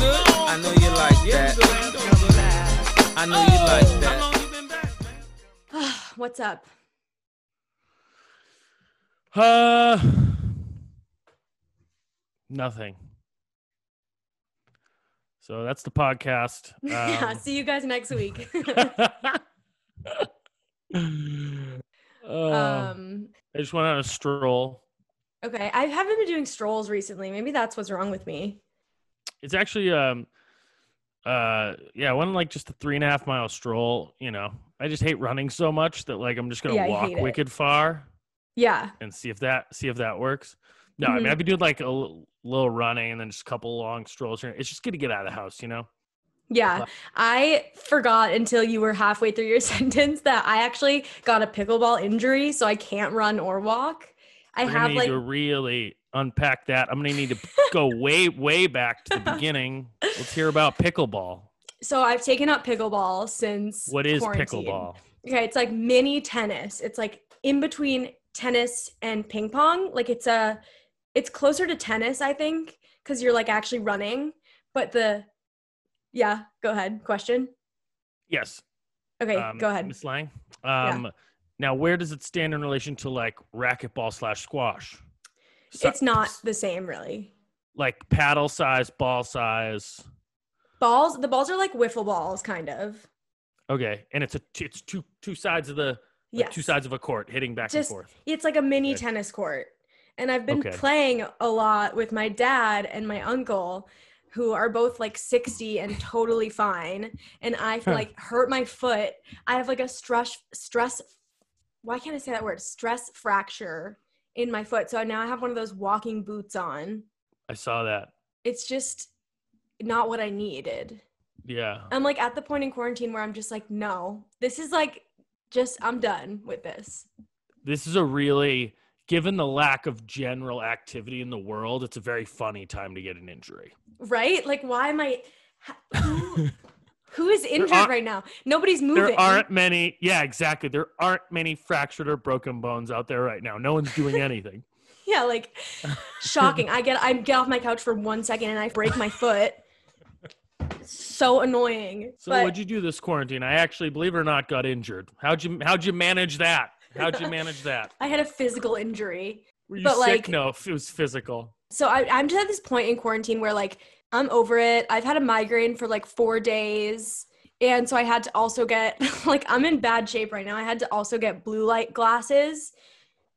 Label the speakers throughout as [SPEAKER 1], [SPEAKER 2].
[SPEAKER 1] Uh,
[SPEAKER 2] I know you like
[SPEAKER 1] How
[SPEAKER 2] that.
[SPEAKER 1] long you been back, man?
[SPEAKER 3] What's up?
[SPEAKER 4] Uh, nothing. So that's the podcast.
[SPEAKER 3] yeah,
[SPEAKER 4] Um,
[SPEAKER 3] see you guys next week.
[SPEAKER 4] uh,
[SPEAKER 3] um,
[SPEAKER 4] I just went on a stroll.
[SPEAKER 3] okay, I haven't been doing strolls recently. Maybe that's what's wrong with me.
[SPEAKER 4] It's actually um, uh, yeah, I went on like just a three and a half mile stroll. You know, I just hate running so much that like I'm just gonna
[SPEAKER 3] Yeah, I
[SPEAKER 4] walk
[SPEAKER 3] hate it.
[SPEAKER 4] wicked far
[SPEAKER 3] Yeah.
[SPEAKER 4] and see if that see if that works. No, I mean
[SPEAKER 3] Mhm.
[SPEAKER 4] I'd be doing like a l- little running and then just a couple long strolls here. It's just good to get out of the house, you know.
[SPEAKER 3] Yeah. I forgot until you were halfway through your sentence that I actually got a pickleball injury, so I can't run or walk. I
[SPEAKER 4] We're
[SPEAKER 3] have
[SPEAKER 4] gonna need
[SPEAKER 3] like
[SPEAKER 4] to really unpack that. I'm gonna need to go way, way back to the beginning. Let's hear about pickleball.
[SPEAKER 3] so I've taken up pickleball since
[SPEAKER 4] What is
[SPEAKER 3] quarantine.
[SPEAKER 4] pickleball?
[SPEAKER 3] Okay, it's like mini tennis. It's like in between tennis and ping pong. Like it's a it's closer to tennis, I think, cuz you're like actually running, but the Yeah, go ahead. Question.
[SPEAKER 4] Yes.
[SPEAKER 3] Okay,
[SPEAKER 4] um,
[SPEAKER 3] go ahead.
[SPEAKER 4] Miss Lang. Um, Now, where does it stand in relation to like racquetball slash squash? Si-
[SPEAKER 3] It's not the same really.
[SPEAKER 4] like paddle size, ball size.
[SPEAKER 3] Balls the balls are like wiffle balls kind of.
[SPEAKER 4] Okay, and it's a it's two two sides of the like,
[SPEAKER 3] Yes.
[SPEAKER 4] two sides of a court hitting back
[SPEAKER 3] Just-
[SPEAKER 4] and forth.
[SPEAKER 3] It's like a mini
[SPEAKER 4] Okay.
[SPEAKER 3] tennis court. And I've been
[SPEAKER 4] Okay.
[SPEAKER 3] playing a lot with my dad and my uncle, who are both like 60 and totally fine. And I've
[SPEAKER 4] Huh.
[SPEAKER 3] like hurt my foot. I have like a stress, stress, why can't I say that word? Stress fracture in my foot. So now I have one of those walking boots on.
[SPEAKER 4] I saw that.
[SPEAKER 3] It's just not what I needed.
[SPEAKER 4] Yeah.
[SPEAKER 3] I'm like at the point in quarantine where I'm just like, no, this is like, just, I'm done with this.
[SPEAKER 4] this is a really given the lack of general activity in the world it's a very funny time to get an injury
[SPEAKER 3] right? Like, why am I? ha- Who, who is injured
[SPEAKER 4] aren't-
[SPEAKER 3] right now? Nobody's moving.
[SPEAKER 4] there aren't many yeah exactly there aren't many fractured or broken bones out there right now no one's doing anything
[SPEAKER 3] Yeah, like shocking. I get I get off my couch for one second and I break my foot. So annoying.
[SPEAKER 4] so
[SPEAKER 3] but
[SPEAKER 4] what'd you do this quarantine i actually believe it or not got injured how'd you how'd you manage that how'd you manage that
[SPEAKER 3] I had a physical injury.
[SPEAKER 4] were you
[SPEAKER 3] But,
[SPEAKER 4] sick
[SPEAKER 3] like-
[SPEAKER 4] no it was physical
[SPEAKER 3] So I, I'm just at this point in quarantine where like I'm over it. I've had a migraine for like four days. And so I had to also get like I'm in bad shape right now. I had to also get blue light glasses.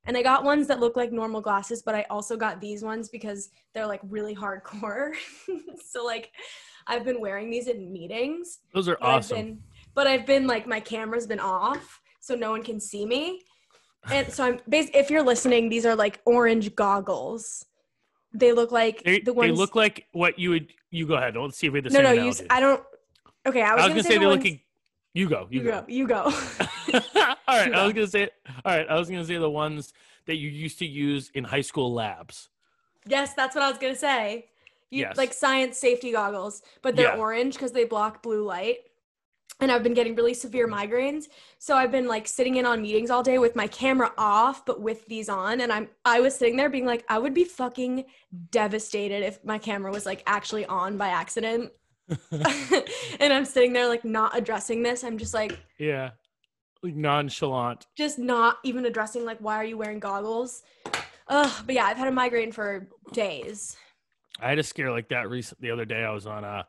[SPEAKER 3] And I got ones that look like normal glasses, but I also got these ones because they're like really hardcore. so like I've been wearing these in meetings.
[SPEAKER 4] those are
[SPEAKER 3] But
[SPEAKER 4] awesome
[SPEAKER 3] I've been, but I've been like my camera's been off, so no one can see me. And so I'm basically, if you're listening, these are like orange goggles. They look like
[SPEAKER 4] they,
[SPEAKER 3] the
[SPEAKER 4] they
[SPEAKER 3] ones.
[SPEAKER 4] look like what you would you go ahead let's see if we had the
[SPEAKER 3] no,
[SPEAKER 4] same
[SPEAKER 3] no, you.
[SPEAKER 4] analogy.
[SPEAKER 3] s- I don't. Okay, I was,
[SPEAKER 4] I
[SPEAKER 3] gonna, say,
[SPEAKER 4] say
[SPEAKER 3] the
[SPEAKER 4] they're
[SPEAKER 3] ones,
[SPEAKER 4] looking you go you,
[SPEAKER 3] You go. You go.
[SPEAKER 4] all right, I
[SPEAKER 3] Yeah.
[SPEAKER 4] was gonna say. All right, I was gonna say the ones that you used to use in high school labs.
[SPEAKER 3] yes, that's what I was gonna say. You,
[SPEAKER 4] Yes.
[SPEAKER 3] Like science safety goggles, but they're
[SPEAKER 4] Yeah.
[SPEAKER 3] orange because they block blue light. And I've been getting really severe migraines, so I've been like sitting in on meetings all day with my camera off, but with these on. And I'm I was sitting there being like, I would be fucking devastated if my camera was like actually on by accident. and I'm sitting there like not addressing this. I'm just like
[SPEAKER 4] Yeah, like nonchalant.
[SPEAKER 3] just not even addressing like why are you wearing goggles? Ugh, but yeah, I've had a migraine for days.
[SPEAKER 4] I had a scare like that recent the other day. I was on a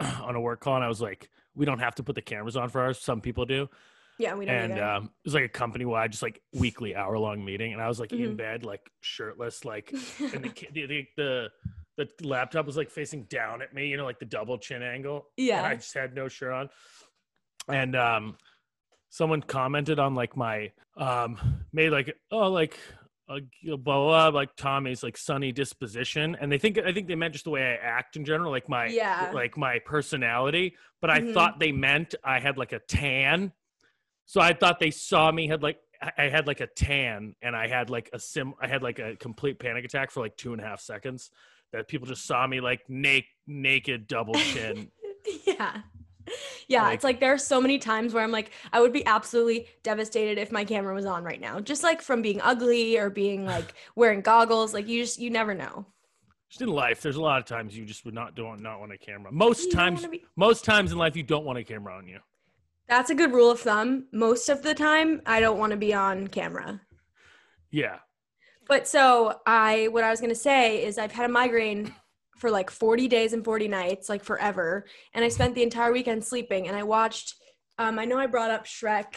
[SPEAKER 4] on a work call and I was like, "We don't have to put the cameras on for ours. Some people do."
[SPEAKER 3] Yeah, we don't
[SPEAKER 4] And
[SPEAKER 3] either.
[SPEAKER 4] um, it was like a company wide, just like weekly hour long meeting. And I was like in
[SPEAKER 3] Mhm.
[SPEAKER 4] bed, like shirtless, like and the ki- the, the the the laptop was like facing down at me. You know, like the double chin angle. and I
[SPEAKER 3] yeah.
[SPEAKER 4] just had no shirt on. And um, someone commented on like my um, made like oh like uh, blah, blah blah like Tommy's like sunny disposition, and they think I think they meant just the way I act in general, like my
[SPEAKER 3] Yeah.
[SPEAKER 4] like my personality. But I
[SPEAKER 3] Mhm.
[SPEAKER 4] thought they meant I had like a tan, so I thought they saw me had like. I- I had like a tan and I had like a sim I had like a complete panic attack for like two and a half seconds that people just saw me like naked naked double chin
[SPEAKER 3] yeah. Yeah,
[SPEAKER 4] Like-
[SPEAKER 3] it's like there are so many times where I'm like, I would be absolutely devastated if my camera was on right now, just like from being ugly or being like wearing goggles. Like you just, you never know.
[SPEAKER 4] just in life there's a lot of times you just would not don't not want a camera most
[SPEAKER 3] You don't
[SPEAKER 4] times
[SPEAKER 3] wanna be-
[SPEAKER 4] most times in life you don't want a camera on you
[SPEAKER 3] That's a good rule of thumb. Most of the time, I don't want to be on camera.
[SPEAKER 4] Yeah.
[SPEAKER 3] But so I, what I was gonna say is I've had a migraine for like 40 days and 40 nights, like forever, and I spent the entire weekend sleeping. And I watched. Um, I know I brought up Shrek,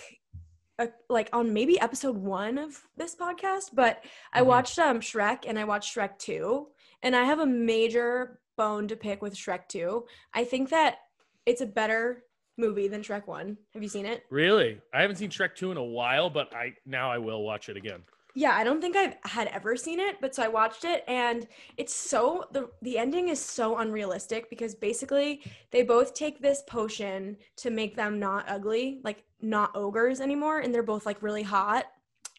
[SPEAKER 3] uh, like on maybe episode one of this podcast, but I
[SPEAKER 4] Mhm.
[SPEAKER 3] watched um Shrek and I watched Shrek Two, and I have a major bone to pick with Shrek Two. I think that it's a better movie than Shrek One. Have you seen it?
[SPEAKER 4] Really? I haven't seen Trek 2 in a while, but I now I will watch it again.
[SPEAKER 3] Yeah, I don't think I've had ever seen it, but so I watched it and it's so the the ending is so unrealistic because basically they both take this potion to make them not ugly, like not ogres anymore, and they're both like really hot.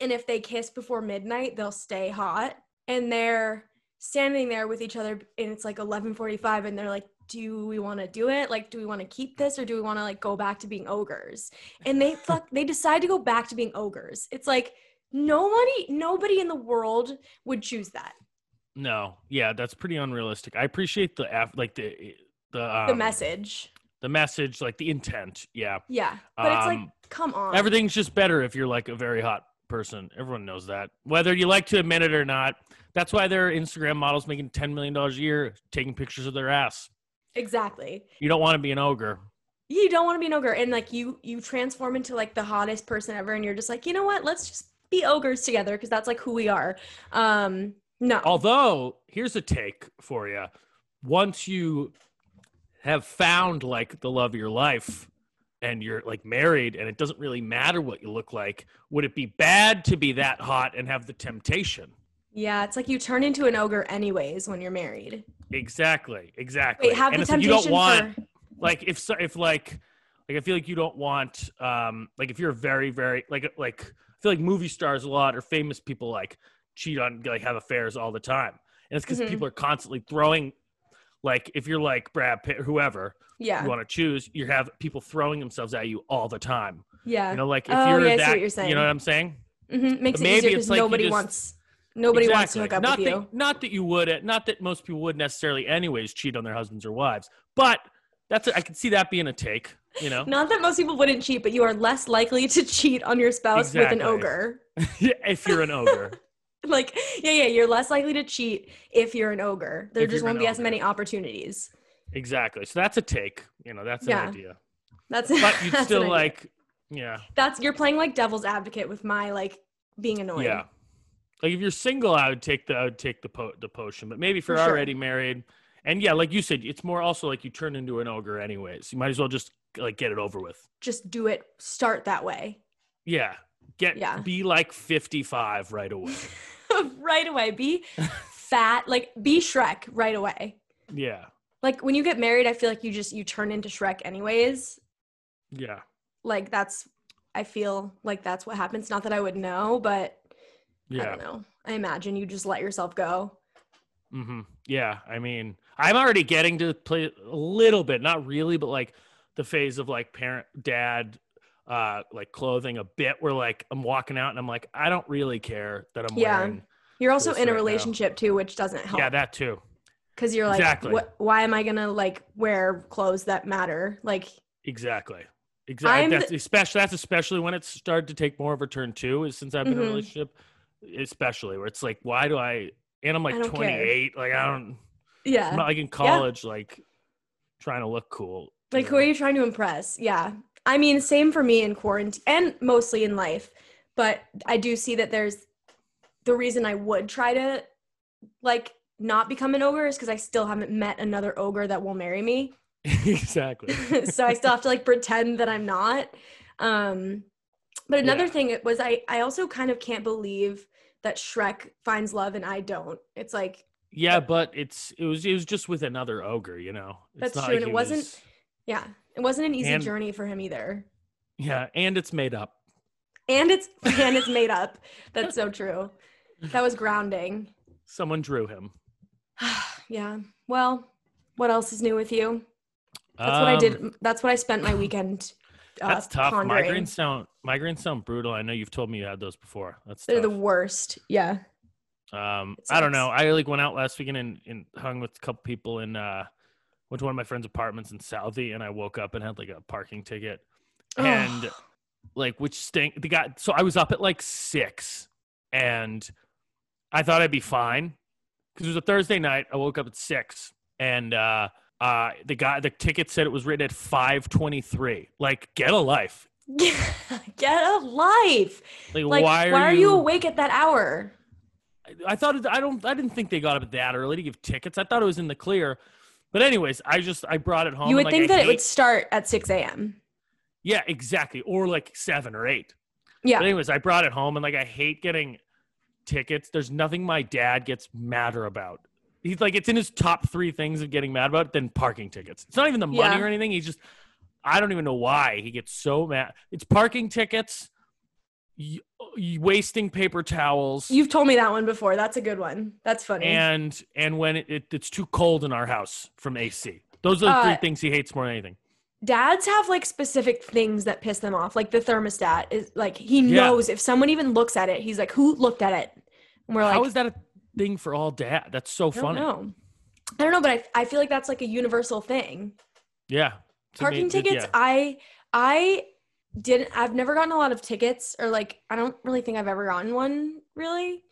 [SPEAKER 3] And if they kiss before midnight, they'll stay hot. And they're standing there with each other and it's like 11:45 and they're like do we want to do it? Like do we want to keep this or do we want to like go back to being ogres? And they fuck they decide to go back to being ogres. It's like nobody nobody in the world would choose that
[SPEAKER 4] No. Yeah, that's pretty unrealistic. I appreciate the af- like the the um,
[SPEAKER 3] the message
[SPEAKER 4] the message, like the intent. Yeah.
[SPEAKER 3] yeah but it's like
[SPEAKER 4] um,
[SPEAKER 3] come on
[SPEAKER 4] Everything's just better if you're like a very hot person. Everyone knows that. Whether you like to admit it or not, that's why there are Instagram models making $10 million a year taking pictures of their ass.
[SPEAKER 3] exactly
[SPEAKER 4] You don't want to be an ogre.
[SPEAKER 3] you don't want to be an ogre and like you you transform into like the hottest person ever and you're just like you know what let's just be ogres together because that's like who we are um no
[SPEAKER 4] Although, here's a take for you. Once you have found like the love of your life and you're like married and it doesn't really matter what you look like, would it be bad to be that hot and have the temptation?
[SPEAKER 3] yeah it's like you turn into an ogre anyways when you're married
[SPEAKER 4] Exactly. Exactly.
[SPEAKER 3] wait have
[SPEAKER 4] and
[SPEAKER 3] the
[SPEAKER 4] it's like,
[SPEAKER 3] temptation
[SPEAKER 4] you don't want
[SPEAKER 3] for
[SPEAKER 4] like if so, if like like I feel like you don't want um like if you're very very like like I feel like movie stars a lot or famous people like cheat on like have affairs all the time and it's because
[SPEAKER 3] Mhm.
[SPEAKER 4] people are constantly throwing like if you're like Brad Pitt whoever
[SPEAKER 3] yeah
[SPEAKER 4] you want to choose you have people throwing themselves at you all the time
[SPEAKER 3] yeah
[SPEAKER 4] you know like if
[SPEAKER 3] Oh, yeah,
[SPEAKER 4] you're
[SPEAKER 3] I see
[SPEAKER 4] that
[SPEAKER 3] what you're
[SPEAKER 4] you
[SPEAKER 3] saying.
[SPEAKER 4] know what I'm saying
[SPEAKER 3] Mhm, makes it
[SPEAKER 4] maybe
[SPEAKER 3] easier
[SPEAKER 4] it's
[SPEAKER 3] because
[SPEAKER 4] like you
[SPEAKER 3] nobody
[SPEAKER 4] just-
[SPEAKER 3] wants nobody wants to
[SPEAKER 4] Exactly.
[SPEAKER 3] hook up
[SPEAKER 4] not
[SPEAKER 3] with
[SPEAKER 4] that,
[SPEAKER 3] you
[SPEAKER 4] Not that you would, not that most people would necessarily, anyways, cheat on their husbands or wives. But that's I could see that being a take. You know,
[SPEAKER 3] Not that most people wouldn't cheat, but you are less likely to cheat on your spouse with
[SPEAKER 4] Exactly.
[SPEAKER 3] an ogre.
[SPEAKER 4] if you're an ogre,
[SPEAKER 3] Like, yeah, yeah, you're less likely to cheat if you're an ogre. There
[SPEAKER 4] If
[SPEAKER 3] just
[SPEAKER 4] you're an
[SPEAKER 3] won't be as
[SPEAKER 4] ogre.
[SPEAKER 3] many opportunities.
[SPEAKER 4] exactly. So that's a take. You know, that's
[SPEAKER 3] Yeah.
[SPEAKER 4] an idea.
[SPEAKER 3] That's
[SPEAKER 4] But you'd
[SPEAKER 3] that's an
[SPEAKER 4] still
[SPEAKER 3] idea.
[SPEAKER 4] like, yeah,
[SPEAKER 3] that's you're playing like devil's advocate with my like being annoying.
[SPEAKER 4] yeah. Like if you're single, I would take the I would take the po- the potion. But maybe if
[SPEAKER 3] For
[SPEAKER 4] you're
[SPEAKER 3] sure.
[SPEAKER 4] already married, and yeah, like you said, it's more also like you turn into an ogre anyways. You might as well just like get it over with.
[SPEAKER 3] Just do it. Start that way.
[SPEAKER 4] Yeah, get
[SPEAKER 3] Yeah.
[SPEAKER 4] be like 55 right away.
[SPEAKER 3] right away. Be fat. Like be Shrek right away.
[SPEAKER 4] yeah,
[SPEAKER 3] Like when you get married, I feel like you just you turn into Shrek anyways.
[SPEAKER 4] yeah.
[SPEAKER 3] like that's I feel like that's what happens. Not that I would know, but I
[SPEAKER 4] Yeah.
[SPEAKER 3] don't know. I imagine you just let yourself go.
[SPEAKER 4] Mm-hmm. Yeah. I mean, I'm already getting to play a little bit, not really, but like the phase of like parent, dad, uh, like clothing a bit where like I'm walking out and I'm like, I don't really care that I'm
[SPEAKER 3] Yeah. Oh.
[SPEAKER 4] wearing.
[SPEAKER 3] You're also
[SPEAKER 4] Yes,
[SPEAKER 3] in a
[SPEAKER 4] right now.
[SPEAKER 3] relationship too, which doesn't help
[SPEAKER 4] Yeah, that too.
[SPEAKER 3] because you're like,
[SPEAKER 4] Exactly.
[SPEAKER 3] what, why am I gonna like wear clothes that matter? Like,
[SPEAKER 4] Exactly. Exactly.
[SPEAKER 3] I'm
[SPEAKER 4] That's especially that's especially when it's started to take more of a turn too, is since I've been in
[SPEAKER 3] Mhm.
[SPEAKER 4] a relationship, especially where it's like, why do I and I'm like
[SPEAKER 3] don't care.
[SPEAKER 4] 28, like I don't
[SPEAKER 3] yeah,
[SPEAKER 4] I'm not like in college, like trying to look cool.
[SPEAKER 3] like who
[SPEAKER 4] know?
[SPEAKER 3] are you trying to impress? Yeah, I mean, same for me in quarantine and mostly in life, but I do see that there's the reason I would try to like not become an ogre is because I still haven't met another ogre that will marry me.
[SPEAKER 4] exactly.
[SPEAKER 3] so I still have to like pretend that I'm not. Um, but another
[SPEAKER 4] Yeah.
[SPEAKER 3] thing was I I also kind of can't believe that Shrek finds love and I don't. It's like
[SPEAKER 4] Yeah, but it's it was it was just with another ogre, you know. It's
[SPEAKER 3] That's
[SPEAKER 4] not
[SPEAKER 3] true,
[SPEAKER 4] like
[SPEAKER 3] and it
[SPEAKER 4] he
[SPEAKER 3] wasn't- yeah, it wasn't an easy
[SPEAKER 4] And-
[SPEAKER 3] journey for him either.
[SPEAKER 4] Yeah, and it's made up.
[SPEAKER 3] And it's and it's made up. That's so true. That was grounding.
[SPEAKER 4] Someone drew him.
[SPEAKER 3] yeah. Well, what else is new with you? That's what I
[SPEAKER 4] Um,
[SPEAKER 3] did. That's what I spent my weekend. Uh,
[SPEAKER 4] That's tough.
[SPEAKER 3] Pondering.
[SPEAKER 4] Migraines sound migraines sound brutal. I know you've told me you had those before. That's
[SPEAKER 3] They're
[SPEAKER 4] tough.
[SPEAKER 3] the worst. Yeah.
[SPEAKER 4] um
[SPEAKER 3] It
[SPEAKER 4] I
[SPEAKER 3] sucks.
[SPEAKER 4] don't know. I like went out last weekend and, and hung with a couple people and uh went to one of my friend's apartments in Southie and I woke up and had like a parking ticket and like which stink the guy so i was up at like six and i thought i'd be fine because it was a thursday night i woke up at six and uh uh the guy the ticket said it was written at 523 like get a life
[SPEAKER 3] Get a life.
[SPEAKER 4] like,
[SPEAKER 3] Like,
[SPEAKER 4] why, are,
[SPEAKER 3] you,
[SPEAKER 4] you,
[SPEAKER 3] awake at that hour?
[SPEAKER 4] i thought it, i don't i didn't think they got up that early to give tickets i thought it was in the clear but anyways i just i brought it home
[SPEAKER 3] you
[SPEAKER 4] and,
[SPEAKER 3] would
[SPEAKER 4] like,
[SPEAKER 3] think
[SPEAKER 4] I
[SPEAKER 3] that it
[SPEAKER 4] hate-
[SPEAKER 3] would start at 6 a.m.
[SPEAKER 4] Yeah, exactly. Or like seven or eight.
[SPEAKER 3] Yeah.
[SPEAKER 4] But anyways, I brought it home and like I hate getting tickets. There's nothing my dad gets madder about. He's like it's in his top three things of getting mad about than parking tickets. It's not even the money
[SPEAKER 3] Yeah.
[SPEAKER 4] or anything. He's just I don't even know why he gets so mad. It's parking tickets, y- y- wasting paper towels,
[SPEAKER 3] You've told me that one before. That's a good one. That's funny.
[SPEAKER 4] and and when it, it, it's too cold in our house from AC. Those are the three
[SPEAKER 3] Uh,
[SPEAKER 4] things he hates more than anything.
[SPEAKER 3] Dads have like specific things that piss them off. Like the thermostat is like he
[SPEAKER 4] Yeah.
[SPEAKER 3] knows if someone even looks at it, he's like, "Who looked at it?" And we're like,
[SPEAKER 4] How is that a thing for all dad? That's so
[SPEAKER 3] I don't
[SPEAKER 4] funny.
[SPEAKER 3] know. I don't know, but I, I feel like that's like a universal thing.
[SPEAKER 4] Yeah. It's ama-
[SPEAKER 3] Parking
[SPEAKER 4] it-
[SPEAKER 3] tickets,
[SPEAKER 4] yeah.
[SPEAKER 3] I I didn't I've never gotten a lot of tickets or like I don't really think I've ever gotten one really.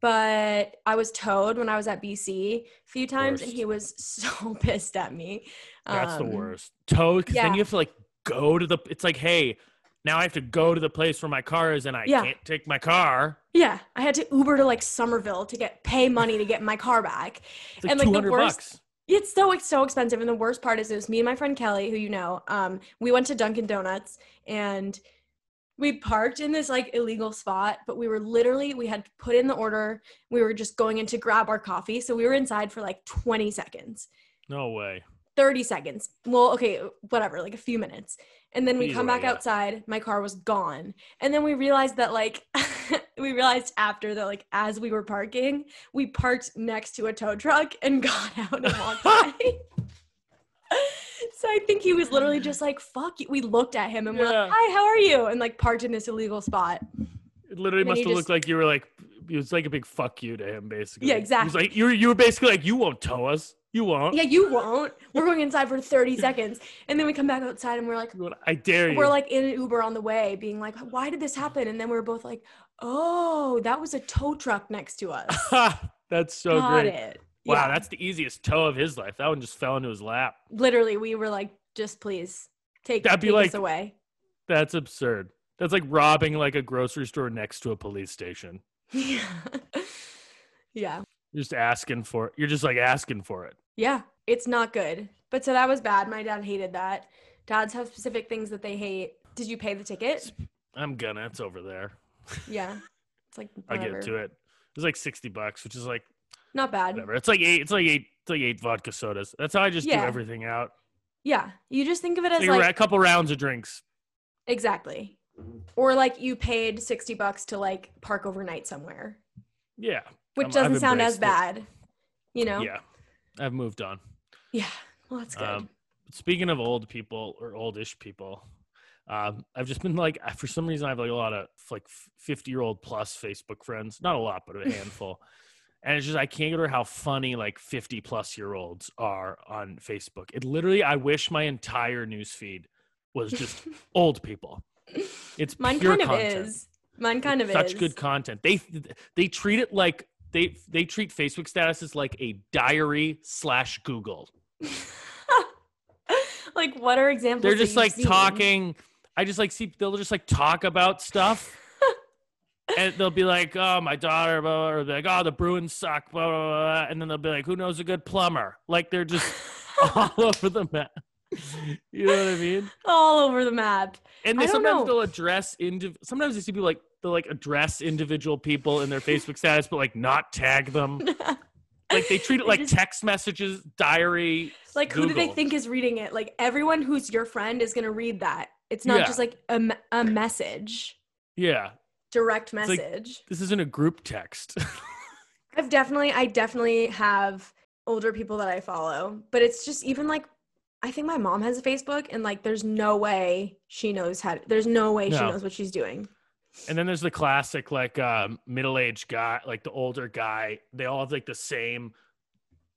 [SPEAKER 3] But I was towed when I was at BC a few times and
[SPEAKER 4] Worst.
[SPEAKER 3] he was so pissed at me.
[SPEAKER 4] That's the
[SPEAKER 3] Um,
[SPEAKER 4] worst. Tow, because then
[SPEAKER 3] yeah.
[SPEAKER 4] you have to like go to the. It's like, hey, now I have to go to the place where my car is, and I
[SPEAKER 3] Yeah.
[SPEAKER 4] can't take my car.
[SPEAKER 3] Yeah, I had to Uber to like Somerville to get pay money to get my car back.
[SPEAKER 4] It's like
[SPEAKER 3] And, like,
[SPEAKER 4] two
[SPEAKER 3] the
[SPEAKER 4] hundred
[SPEAKER 3] worst-
[SPEAKER 4] bucks.
[SPEAKER 3] It's so it's so expensive, and the worst part is it was me and my friend Kelly, who you know. Um, we went to Dunkin' Donuts and we parked in this like illegal spot, but we were literally we had put in the order. We were just going in to grab our coffee, so we were inside for like 20 seconds.
[SPEAKER 4] No way.
[SPEAKER 3] 30 seconds. Well, okay, whatever, like a few minutes. And then we
[SPEAKER 4] Either
[SPEAKER 3] come
[SPEAKER 4] way,
[SPEAKER 3] back
[SPEAKER 4] yeah.
[SPEAKER 3] outside, my car was gone. And then we realized that like we realized after that like as we were parking, we parked next to a tow truck and got out and walked by. so I think he was literally just like, fuck you. We looked at him and we're
[SPEAKER 4] Yeah.
[SPEAKER 3] like, hi, how are you? And like parked in this illegal spot.
[SPEAKER 4] It literally
[SPEAKER 3] And then
[SPEAKER 4] must
[SPEAKER 3] you
[SPEAKER 4] have
[SPEAKER 3] just-
[SPEAKER 4] looked like you were like. It was like a big fuck you to him, basically.
[SPEAKER 3] Yeah,
[SPEAKER 4] He was
[SPEAKER 3] exactly.
[SPEAKER 4] like you were, you were basically like, you won't tow us. You won't.
[SPEAKER 3] Yeah, you won't. We're going inside for 30 seconds. And then we come back outside and we're like,
[SPEAKER 4] You won't. I dare you.
[SPEAKER 3] we're like in an Uber on the way, being like, "Why did this happen?" And then we were both like, "Oh, that was a tow truck next to us."
[SPEAKER 4] that's so
[SPEAKER 3] Got
[SPEAKER 4] great.
[SPEAKER 3] it.
[SPEAKER 4] Wow,
[SPEAKER 3] Yeah.
[SPEAKER 4] that's the easiest tow of his life. That one just fell into his lap.
[SPEAKER 3] literally we were like, "Just please take,
[SPEAKER 4] That'd be
[SPEAKER 3] take
[SPEAKER 4] like-
[SPEAKER 3] us away."
[SPEAKER 4] That's absurd. That's like robbing like a grocery store next to a police station.
[SPEAKER 3] yeah, yeah,
[SPEAKER 4] You're just asking for it. You're just like asking for it.
[SPEAKER 3] yeah. It's not good. But so that was bad. My dad hated that. Dads have specific things that they hate. Did you pay the ticket?
[SPEAKER 4] I'm gonna. It's over there.
[SPEAKER 3] Yeah, it's like
[SPEAKER 4] I
[SPEAKER 3] whatever.
[SPEAKER 4] get to it. It's like sixty bucks, which is like
[SPEAKER 3] Not bad.
[SPEAKER 4] whatever. It's like eight. It's like eight. It's like eight vodka sodas. That's how I just
[SPEAKER 3] Yeah.
[SPEAKER 4] do everything out.
[SPEAKER 3] Yeah, you just think of it
[SPEAKER 4] It's
[SPEAKER 3] as
[SPEAKER 4] like a,
[SPEAKER 3] like
[SPEAKER 4] ra- couple rounds of drinks.
[SPEAKER 3] Exactly. Or like you paid 60 bucks to like park overnight somewhere,
[SPEAKER 4] Yeah.
[SPEAKER 3] which
[SPEAKER 4] I'm- I've
[SPEAKER 3] doesn't sound as
[SPEAKER 4] embraced
[SPEAKER 3] bad. You know?
[SPEAKER 4] Yeah. I've moved on.
[SPEAKER 3] Yeah. Well, that's good.
[SPEAKER 4] Um, speaking of old people or oldish people, um, I've just been like, I- for some reason, I have like a lot of like fifty year old plus Facebook friends. Not a lot, but a handful. and it's just I can't get over how funny like fifty plus year olds are on Facebook. It literally, I wish my entire newsfeed was just old people. It's
[SPEAKER 3] Mine
[SPEAKER 4] pure
[SPEAKER 3] kind of
[SPEAKER 4] content.
[SPEAKER 3] is. Mine kind of
[SPEAKER 4] It's such
[SPEAKER 3] is.
[SPEAKER 4] good content. They they treat it like they they treat Facebook status as like a diary slash Google.
[SPEAKER 3] like, what are examples?
[SPEAKER 4] They're
[SPEAKER 3] that
[SPEAKER 4] just
[SPEAKER 3] you've
[SPEAKER 4] like
[SPEAKER 3] seen?
[SPEAKER 4] talking. I just like see they'll just like talk about stuff. and they'll be like, "Oh, my daughter," blah, blah, blah, or they're like, "Oh, the Bruins suck," blah, blah, blah, blah. and then they'll be like, "Who knows a good plumber?" Like they're just all over the map. You know what I mean?
[SPEAKER 3] All over the map.
[SPEAKER 4] And
[SPEAKER 3] I
[SPEAKER 4] they,
[SPEAKER 3] don't
[SPEAKER 4] sometimes
[SPEAKER 3] know.
[SPEAKER 4] they'll address indiv- Sometimes you see people like they'll like address individual people in their Facebook status, but like not tag them. Like they treat it
[SPEAKER 3] They
[SPEAKER 4] like
[SPEAKER 3] just-
[SPEAKER 4] text messages, diary.
[SPEAKER 3] Like, who do they
[SPEAKER 4] Google.
[SPEAKER 3] think is reading it? Like, everyone who's your friend is going to read that. It's not
[SPEAKER 4] Yeah.
[SPEAKER 3] just like a, me- a message,
[SPEAKER 4] Yeah,
[SPEAKER 3] direct
[SPEAKER 4] like-
[SPEAKER 3] message.
[SPEAKER 4] this isn't a group text.
[SPEAKER 3] I've definitely, I definitely have older people that I follow, but it's just even like, I think my mom has a Facebook, and like, there's no way she knows how. there's no way she
[SPEAKER 4] No.
[SPEAKER 3] knows what she's doing.
[SPEAKER 4] And then there's the classic like um, middle-aged guy, like the older guy. They all have like the same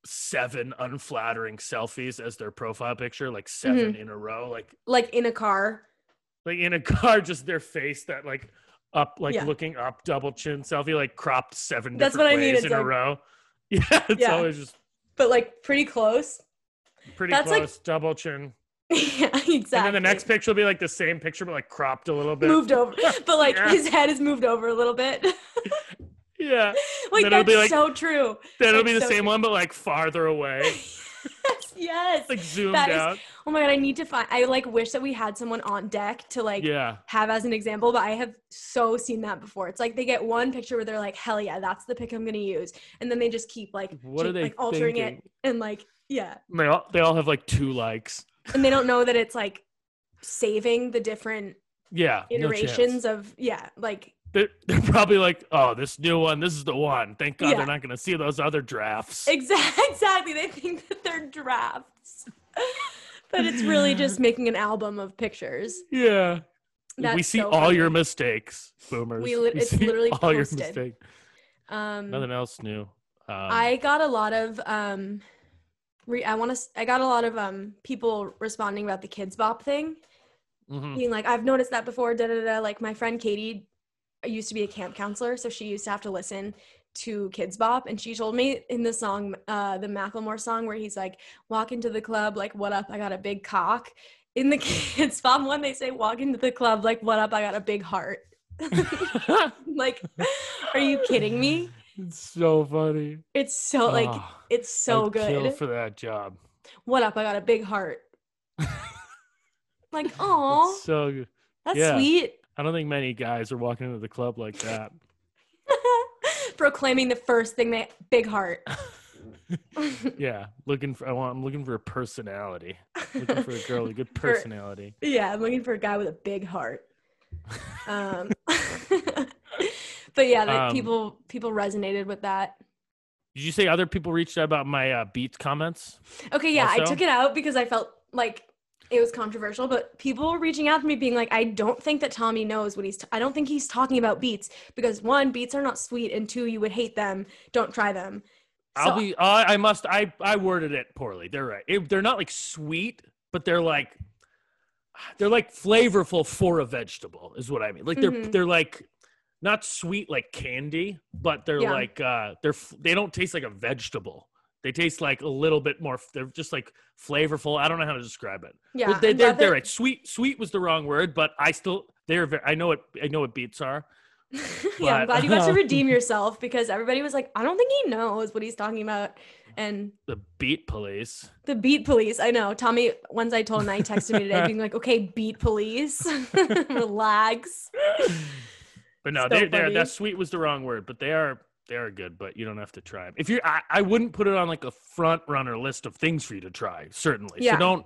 [SPEAKER 4] seven
[SPEAKER 3] Mm-hmm.
[SPEAKER 4] unflattering selfies as their profile picture, like 7 in a row. Like
[SPEAKER 3] Like in a car,
[SPEAKER 4] like in a car, just their face that like up, like
[SPEAKER 3] Yeah.
[SPEAKER 4] looking up, double chin selfie, like cropped seven
[SPEAKER 3] That's
[SPEAKER 4] different
[SPEAKER 3] what I mean,
[SPEAKER 4] ways
[SPEAKER 3] it's
[SPEAKER 4] in a
[SPEAKER 3] like-
[SPEAKER 4] row. Yeah, it's
[SPEAKER 3] Yeah.
[SPEAKER 4] always just
[SPEAKER 3] but like pretty close.
[SPEAKER 4] pretty
[SPEAKER 3] That's like-
[SPEAKER 4] close, double chin.
[SPEAKER 3] yeah, exactly.
[SPEAKER 4] And then the next picture will be like the same picture, but like cropped a little bit.
[SPEAKER 3] moved over, but like
[SPEAKER 4] Yeah.
[SPEAKER 3] his head is moved over a little bit.
[SPEAKER 4] Yeah.
[SPEAKER 3] like
[SPEAKER 4] Then it'll
[SPEAKER 3] that's
[SPEAKER 4] be like-
[SPEAKER 3] so true.
[SPEAKER 4] Then it'll
[SPEAKER 3] Like,
[SPEAKER 4] be the
[SPEAKER 3] so
[SPEAKER 4] same
[SPEAKER 3] true.
[SPEAKER 4] one, but like farther away,
[SPEAKER 3] yes.
[SPEAKER 4] like zoomed
[SPEAKER 3] That is-
[SPEAKER 4] out.
[SPEAKER 3] oh my god, I need to find. I like wish that we had someone on deck to like
[SPEAKER 4] yeah.
[SPEAKER 3] have as an example, but I have so seen that before. It's like they get one picture where they're like, "Hell yeah, that's the pic I'm gonna use," and then they just keep like
[SPEAKER 4] What
[SPEAKER 3] keep,
[SPEAKER 4] are they
[SPEAKER 3] like, altering
[SPEAKER 4] thinking?
[SPEAKER 3] it and like yeah,
[SPEAKER 4] They all, they all have like two likes.
[SPEAKER 3] and they don't know that it's like saving the different
[SPEAKER 4] Yeah. no chance.
[SPEAKER 3] iterations of yeah, like
[SPEAKER 4] they're, they're probably like, oh, this new one, this is the one. Thank God
[SPEAKER 3] Yeah.
[SPEAKER 4] they're not going to see those other drafts.
[SPEAKER 3] exact exactly. They think that they're drafts. But it's really just making an album of pictures.
[SPEAKER 4] yeah. we
[SPEAKER 3] That's
[SPEAKER 4] see
[SPEAKER 3] so
[SPEAKER 4] all
[SPEAKER 3] funny.
[SPEAKER 4] your mistakes, boomers.
[SPEAKER 3] We lit- it's
[SPEAKER 4] see
[SPEAKER 3] literally
[SPEAKER 4] all your
[SPEAKER 3] posted.
[SPEAKER 4] mistakes.
[SPEAKER 3] Um,
[SPEAKER 4] Nothing else new. Um,
[SPEAKER 3] I got a lot of um, re- I want to. I got a lot of um people responding about the kids bop thing,
[SPEAKER 4] mhm.
[SPEAKER 3] being like, I've noticed that before. Da da da. Like my friend Katie used to be a camp counselor, so she used to have to listen to kids bop and she told me in the song uh the macklemore song where he's like walk into the club like what up i got a big cock in the kids bop one they say walk into the club like what up i got a big heart like are you kidding me
[SPEAKER 4] it's so funny.
[SPEAKER 3] it's so like
[SPEAKER 4] Ah,
[SPEAKER 3] It's so
[SPEAKER 4] I'd kill
[SPEAKER 3] good.
[SPEAKER 4] for that job.
[SPEAKER 3] what up? I got a big heart. like, oh,
[SPEAKER 4] It's so good.
[SPEAKER 3] that's
[SPEAKER 4] yeah.
[SPEAKER 3] sweet.
[SPEAKER 4] I don't think many guys are walking into the club like that.
[SPEAKER 3] Proclaiming the first thing they big heart.
[SPEAKER 4] yeah, looking for I want I'm looking for a personality. Looking for a girl with a good
[SPEAKER 3] For-
[SPEAKER 4] personality.
[SPEAKER 3] yeah, I'm looking for a guy with a big heart. Um, but yeah, that
[SPEAKER 4] Um,
[SPEAKER 3] people people resonated with that.
[SPEAKER 4] Did you say other people reached out about my uh, beats comments?
[SPEAKER 3] Okay, yeah, I
[SPEAKER 4] also-
[SPEAKER 3] took it out because I felt like it was controversial, but people were reaching out to me being like, I don't think that Tommy knows what he's, t- I don't think he's talking about beets because one, beets are not sweet, and two, you would hate them. Don't try them.
[SPEAKER 4] I'll
[SPEAKER 3] So-
[SPEAKER 4] be. uh, I, I must. I I worded it poorly. They're right. It, they're not like sweet, but they're like they're like flavorful for a vegetable. Is what I mean. Like they're
[SPEAKER 3] Mhm.
[SPEAKER 4] they're like not sweet like candy, but they're
[SPEAKER 3] Yeah.
[SPEAKER 4] like uh they're f- they don't taste like a vegetable. They taste like a little bit more. f- They're just like flavorful. I don't know how to describe it.
[SPEAKER 3] Yeah.
[SPEAKER 4] But they,
[SPEAKER 3] and
[SPEAKER 4] they're
[SPEAKER 3] rather-
[SPEAKER 4] they're right. Sweet sweet was the wrong word, but I still they're. Very, I know what I know what beets are.
[SPEAKER 3] yeah, I'm
[SPEAKER 4] but-
[SPEAKER 3] glad you got to redeem yourself because everybody was like, I don't think he knows what he's talking about. And
[SPEAKER 4] The beet police.
[SPEAKER 3] the beat police, I know. Tommy, once I told him that, he texted me today being like, okay, beat police, relax.
[SPEAKER 4] But no,
[SPEAKER 3] So
[SPEAKER 4] they they
[SPEAKER 3] funny.
[SPEAKER 4] that sweet was the wrong word, but they are they are good, but you don't have to try 'em. If you I, I wouldn't put it on like a front runner list of things for you to try, certainly.
[SPEAKER 3] Yeah,
[SPEAKER 4] so don't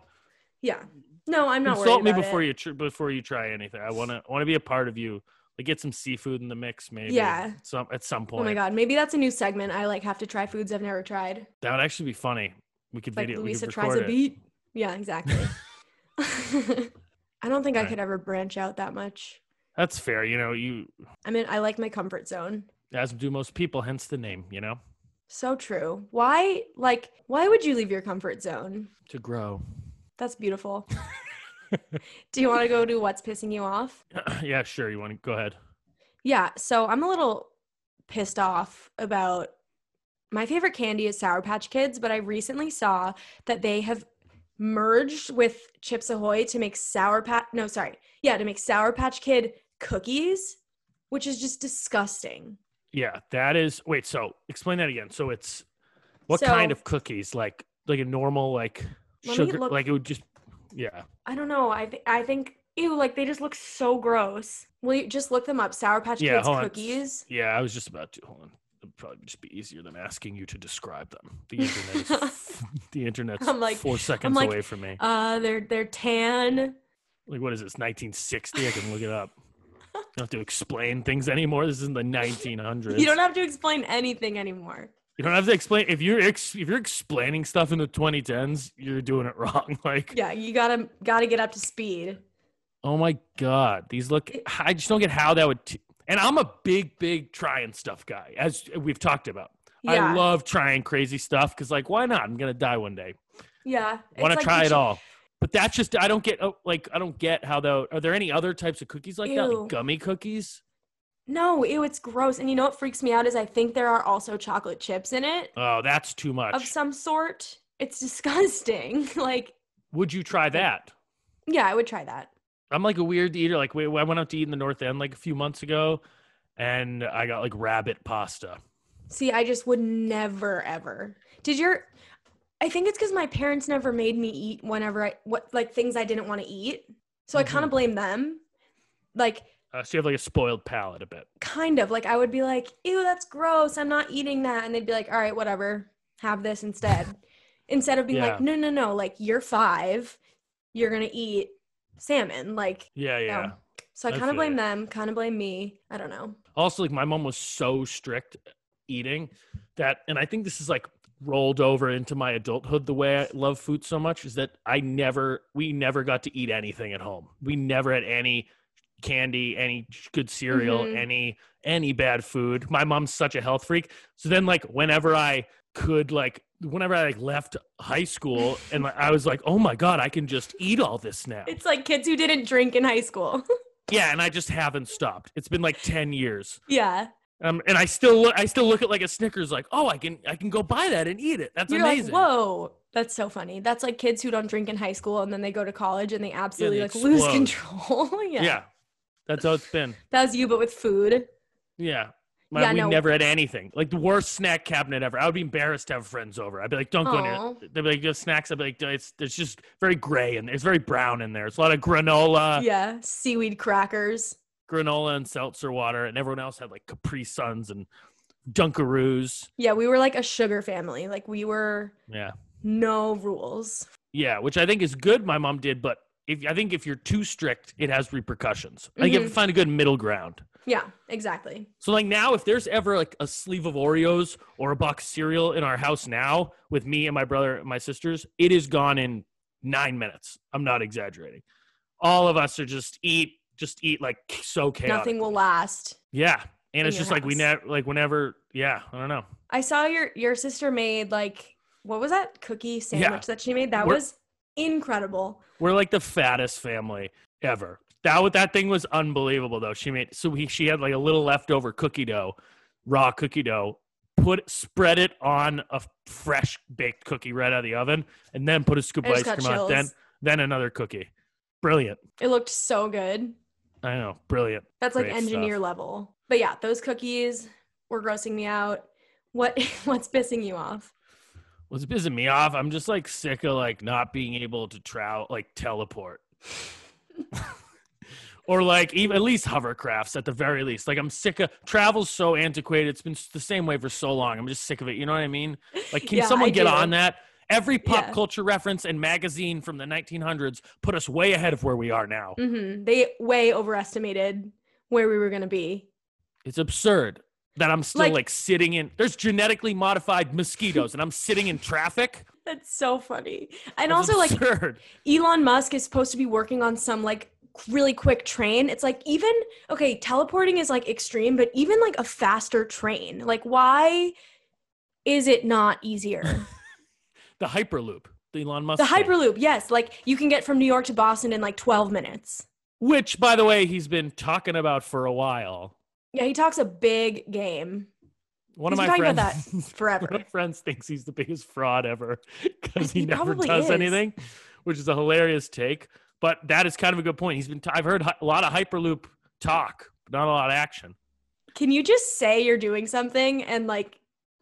[SPEAKER 3] Yeah. No, I'm not
[SPEAKER 4] insult
[SPEAKER 3] worried
[SPEAKER 4] me
[SPEAKER 3] about
[SPEAKER 4] before
[SPEAKER 3] it.
[SPEAKER 4] you tr- before you try anything. I want to want to be a part of you. Like get some seafood in the mix maybe.
[SPEAKER 3] Yeah.
[SPEAKER 4] Some at some
[SPEAKER 3] Oh
[SPEAKER 4] point.
[SPEAKER 3] my god, maybe that's a new segment. I like have to try foods I've never tried.
[SPEAKER 4] That would actually be funny. We could
[SPEAKER 3] Like
[SPEAKER 4] video we
[SPEAKER 3] Louisa
[SPEAKER 4] could
[SPEAKER 3] tries a
[SPEAKER 4] record it.
[SPEAKER 3] beat. Yeah, exactly. I don't think I
[SPEAKER 4] Right.
[SPEAKER 3] could ever branch out that much.
[SPEAKER 4] That's fair, you know, you
[SPEAKER 3] I mean, I like my comfort zone.
[SPEAKER 4] as do most people, hence the name, you know,
[SPEAKER 3] So true. Why like why would you leave your comfort zone?
[SPEAKER 4] to grow.
[SPEAKER 3] That's beautiful. Do you want to go to what's pissing you off?
[SPEAKER 4] yeah, sure, you want to go ahead.
[SPEAKER 3] Yeah, so I'm a little pissed off about my favorite candy is Sour Patch Kids, but I recently saw that they have merged with Chips Ahoy to make Sour Patch no, sorry. Yeah, to make Sour Patch Kid cookies, which is just disgusting.
[SPEAKER 4] Yeah, that is. Wait, so explain that again. So it's what
[SPEAKER 3] So-
[SPEAKER 4] kind of cookies? Like like a normal like
[SPEAKER 3] Let me
[SPEAKER 4] sugar?
[SPEAKER 3] look-
[SPEAKER 4] Like it would just yeah.
[SPEAKER 3] I don't know. I th- I think ew, like they just look so gross. Will you just look them up? Sour Patch
[SPEAKER 4] Yeah,
[SPEAKER 3] Kids
[SPEAKER 4] hold on.
[SPEAKER 3] cookies.
[SPEAKER 4] Yeah, I was just about to hold on. It'd probably just be easier than asking you to describe them. The internet is f- the internet's
[SPEAKER 3] I'm like-
[SPEAKER 4] four seconds
[SPEAKER 3] like,
[SPEAKER 4] away from me.
[SPEAKER 3] Uh they're they're tan.
[SPEAKER 4] Like what is this? 1960? I can look it up. I don't have to explain things anymore. This is in the 1900s.
[SPEAKER 3] You don't have to explain anything anymore.
[SPEAKER 4] You don't have to explain if you're ex- if you're explaining stuff in the 2010s, you're doing it wrong. Like
[SPEAKER 3] Yeah, you gotta gotta get up to speed.
[SPEAKER 4] Oh my god, these look.
[SPEAKER 3] It-
[SPEAKER 4] I just don't get how that would. T- and I'm a big, big trying stuff guy, as we've talked about.
[SPEAKER 3] Yeah,
[SPEAKER 4] I love trying crazy stuff because, like, why not? I'm gonna die one day.
[SPEAKER 3] yeah.
[SPEAKER 4] Want to
[SPEAKER 3] It's like
[SPEAKER 4] try
[SPEAKER 3] you
[SPEAKER 4] it
[SPEAKER 3] should-
[SPEAKER 4] all? But that's just I don't get oh, like I don't get how though. Are there any other types of cookies like that?
[SPEAKER 3] Ew.
[SPEAKER 4] Like gummy cookies?
[SPEAKER 3] No, ew, it's gross. And you know what freaks me out is I think there are also chocolate chips in it
[SPEAKER 4] Oh, that's too
[SPEAKER 3] of
[SPEAKER 4] much.
[SPEAKER 3] some sort. It's disgusting. like,
[SPEAKER 4] Would you try that?
[SPEAKER 3] yeah, I would try that.
[SPEAKER 4] I'm like a weird eater. Like we, I went out to eat in the North End like a few months ago, and I got like rabbit pasta.
[SPEAKER 3] See, I just would never ever. Did your I think it's cuz my parents never made me eat whenever I what like things I didn't want to eat. So I kind
[SPEAKER 4] Mm-hmm.
[SPEAKER 3] of blame them. Like
[SPEAKER 4] Uh, so you have like a spoiled palate a bit.
[SPEAKER 3] kind of like I would be like, "Ew, that's gross. I'm not eating that." And they'd be like, "All right, whatever. Have this instead." instead of being like, "No,
[SPEAKER 4] Yeah.
[SPEAKER 3] no, no. Like you're 5. You're going to eat salmon." Like
[SPEAKER 4] Yeah, yeah.
[SPEAKER 3] Oh. so I
[SPEAKER 4] I
[SPEAKER 3] kind of
[SPEAKER 4] feel
[SPEAKER 3] blame
[SPEAKER 4] you.
[SPEAKER 3] them, kind of blame me. I don't know.
[SPEAKER 4] Also, like my mom was so strict eating that, and I think this is like rolled over into my adulthood. The way I love food so much is that I never, we never got to eat anything at home. We never had any candy, any good cereal,
[SPEAKER 3] Mhm.
[SPEAKER 4] any any bad food. My mom's such a health freak. So then, like whenever I could, like whenever I like left high school, and like, I was like, oh my god, I can just eat all this now.
[SPEAKER 3] It's like kids who didn't drink in high school.
[SPEAKER 4] yeah, and I just haven't stopped. It's been like ten years.
[SPEAKER 3] yeah.
[SPEAKER 4] Um, and I still look, I still look at like a Snickers, like, oh, I can, I can go buy that and eat it. That's
[SPEAKER 3] You're
[SPEAKER 4] amazing.
[SPEAKER 3] like, whoa, that's so funny. That's like kids who don't drink in high school and then they go to college and they absolutely
[SPEAKER 4] they
[SPEAKER 3] like lose
[SPEAKER 4] explode.
[SPEAKER 3] control. yeah.
[SPEAKER 4] yeah. that's how it's been.
[SPEAKER 3] That was you, but with food.
[SPEAKER 4] Yeah, My-
[SPEAKER 3] Yeah,
[SPEAKER 4] we
[SPEAKER 3] no.
[SPEAKER 4] never had anything. Like the worst snack cabinet ever. I would be embarrassed to have friends over. I'd be like, don't go near.
[SPEAKER 3] Aw.
[SPEAKER 4] it." They'd be like, just snacks. I'd be like, it's, it's just very gray and it's very brown in there. It's a lot of granola,
[SPEAKER 3] yeah. Seaweed crackers.
[SPEAKER 4] granola and seltzer water, and everyone else had like Capri Suns and Dunkaroos.
[SPEAKER 3] Yeah. We were like a sugar family. Like we were
[SPEAKER 4] Yeah.
[SPEAKER 3] no rules.
[SPEAKER 4] Yeah, which I think is good. My mom did, but if I think if you're too strict, it has repercussions. I think
[SPEAKER 3] Mm-hmm.
[SPEAKER 4] you have to find a good middle ground.
[SPEAKER 3] Yeah. Exactly.
[SPEAKER 4] So like now, if there's ever like a sleeve of Oreos or a box of cereal in our house now with me and my brother and my sisters, it is gone in nine minutes. I'm not exaggerating. All of us are just eat, just eat like so chaotic.
[SPEAKER 3] Nothing will last.
[SPEAKER 4] Yeah, and
[SPEAKER 3] in
[SPEAKER 4] it's
[SPEAKER 3] your
[SPEAKER 4] just like we
[SPEAKER 3] house.
[SPEAKER 4] never like whenever. Yeah, I don't know.
[SPEAKER 3] I saw your your sister made like what was that cookie sandwich that she made? That
[SPEAKER 4] We're-
[SPEAKER 3] was incredible.
[SPEAKER 4] We're like the fattest family ever. That what that thing was unbelievable though. She made so we, she had like a little leftover cookie dough, raw cookie dough. Put spread it on a fresh baked cookie right out of the oven, and then put a scoop
[SPEAKER 3] I
[SPEAKER 4] of
[SPEAKER 3] just
[SPEAKER 4] ice
[SPEAKER 3] got
[SPEAKER 4] cream on. it, Then
[SPEAKER 3] chills.
[SPEAKER 4] then another cookie. Brilliant.
[SPEAKER 3] It looked so good.
[SPEAKER 4] I know. Brilliant.
[SPEAKER 3] That's like
[SPEAKER 4] Great
[SPEAKER 3] engineer
[SPEAKER 4] stuff.
[SPEAKER 3] level. But yeah, those cookies were grossing me out. What what's pissing you off?
[SPEAKER 4] What's pissing me off? I'm just like sick of like not being able to travel, like teleport. or like even at least hovercrafts at the very least. Like I'm sick of travel's so antiquated. It's been s- the same way for so long. I'm just sick of it. You know what I mean? Like can
[SPEAKER 3] Yeah,
[SPEAKER 4] someone
[SPEAKER 3] I
[SPEAKER 4] get
[SPEAKER 3] do.
[SPEAKER 4] on that? Every pop
[SPEAKER 3] Yeah.
[SPEAKER 4] culture reference and magazine from the 1900s put us way ahead of where we are now.
[SPEAKER 3] hmm They way overestimated where we were gonna be.
[SPEAKER 4] It's absurd that I'm still
[SPEAKER 3] Like-
[SPEAKER 4] like, sitting in there's genetically modified mosquitoes and I'm sitting in traffic.
[SPEAKER 3] That's so funny. And
[SPEAKER 4] That's
[SPEAKER 3] also like
[SPEAKER 4] absurd.
[SPEAKER 3] Elon Musk is supposed to be working on some like really quick train. It's like even okay, teleporting is like extreme, but even like a faster train. Like why is it not easier?
[SPEAKER 4] the hyperloop. The Elon Musk
[SPEAKER 3] the
[SPEAKER 4] thing.
[SPEAKER 3] Hyperloop, yes, like you can get from New York to Boston in like 12 minutes.
[SPEAKER 4] which by the way he's been talking about for a while.
[SPEAKER 3] Yeah, he talks a big game.
[SPEAKER 4] One
[SPEAKER 3] He's
[SPEAKER 4] of
[SPEAKER 3] been
[SPEAKER 4] my
[SPEAKER 3] talking
[SPEAKER 4] friends
[SPEAKER 3] about
[SPEAKER 4] One of
[SPEAKER 3] Forever.
[SPEAKER 4] my friends thinks he's the biggest fraud ever because he,
[SPEAKER 3] He
[SPEAKER 4] never
[SPEAKER 3] probably
[SPEAKER 4] does
[SPEAKER 3] is.
[SPEAKER 4] anything, which is a hilarious take. But that is kind of a good point. He's been i I've heard hi- a lot of hyperloop talk, but not a lot of action.
[SPEAKER 3] Can you just say you're doing something and like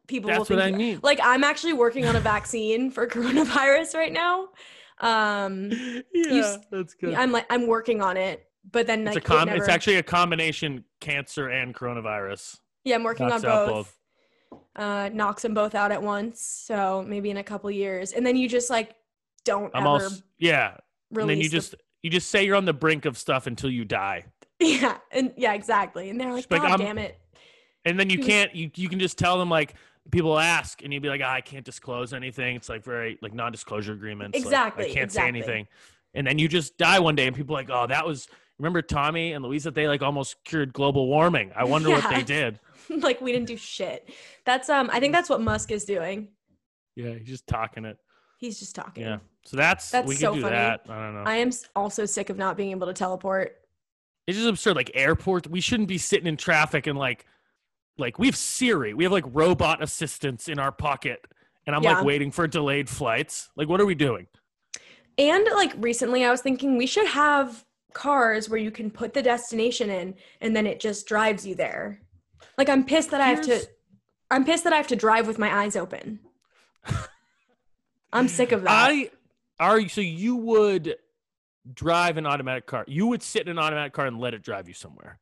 [SPEAKER 3] people will
[SPEAKER 4] That's
[SPEAKER 3] think
[SPEAKER 4] what I
[SPEAKER 3] you-
[SPEAKER 4] mean.
[SPEAKER 3] like I'm actually working on a vaccine for coronavirus right now. Um
[SPEAKER 4] yeah,
[SPEAKER 3] s-
[SPEAKER 4] that's
[SPEAKER 3] Yeah,
[SPEAKER 4] good.
[SPEAKER 3] I'm like I'm working on it, but then like
[SPEAKER 4] it's a
[SPEAKER 3] it
[SPEAKER 4] com- It's
[SPEAKER 3] never-
[SPEAKER 4] actually a combination cancer and coronavirus.
[SPEAKER 3] yeah, I'm working on
[SPEAKER 4] knocks out
[SPEAKER 3] both. Uh, knocks them both out at once, so maybe in a couple years, and then you just like don't
[SPEAKER 4] I'm
[SPEAKER 3] ever
[SPEAKER 4] all s- yeah, and
[SPEAKER 3] release.
[SPEAKER 4] then
[SPEAKER 3] the-
[SPEAKER 4] you just you just say you're on the brink of stuff until you die,
[SPEAKER 3] yeah, and yeah, exactly. And they're like,
[SPEAKER 4] Just like,
[SPEAKER 3] God
[SPEAKER 4] I'm-
[SPEAKER 3] damn it,
[SPEAKER 4] and then you
[SPEAKER 3] You just-
[SPEAKER 4] can't you you can just tell them like people ask and you'd be like "Ah, I can't disclose anything. It's like very like non-disclosure agreements. like,
[SPEAKER 3] Exactly,
[SPEAKER 4] I can't
[SPEAKER 3] exactly.
[SPEAKER 4] say anything, and then you just die one day and people are like oh that was remember Tommy and Louisa they like almost cured global warming. I wonder what
[SPEAKER 3] Yeah.
[SPEAKER 4] they did.
[SPEAKER 3] like we didn't do shit.
[SPEAKER 4] Mm.
[SPEAKER 3] That's um, I think that's what Musk is doing.
[SPEAKER 4] Yeah, he's just talking it.
[SPEAKER 3] He's just talking.
[SPEAKER 4] Yeah, So that's,
[SPEAKER 3] That's
[SPEAKER 4] we could
[SPEAKER 3] so
[SPEAKER 4] do
[SPEAKER 3] funny.
[SPEAKER 4] that. I don't know.
[SPEAKER 3] I am s- also sick of not being able to teleport.
[SPEAKER 4] It's just absurd. Like airport, we shouldn't be sitting in traffic and like, like we have Siri, we have like robot assistants in our pocket, and I'm
[SPEAKER 3] Yeah.
[SPEAKER 4] like waiting for delayed flights. Like, what are we doing?
[SPEAKER 3] And like recently, I was thinking we should have cars where you can put the destination in and then it just drives you there. Like I'm pissed that I have
[SPEAKER 4] Here's-
[SPEAKER 3] to. I'm pissed that I have to drive with my eyes open. I'm sick of that.
[SPEAKER 4] I are you so you would drive an automatic car. You would sit in an automatic car and let it drive you somewhere.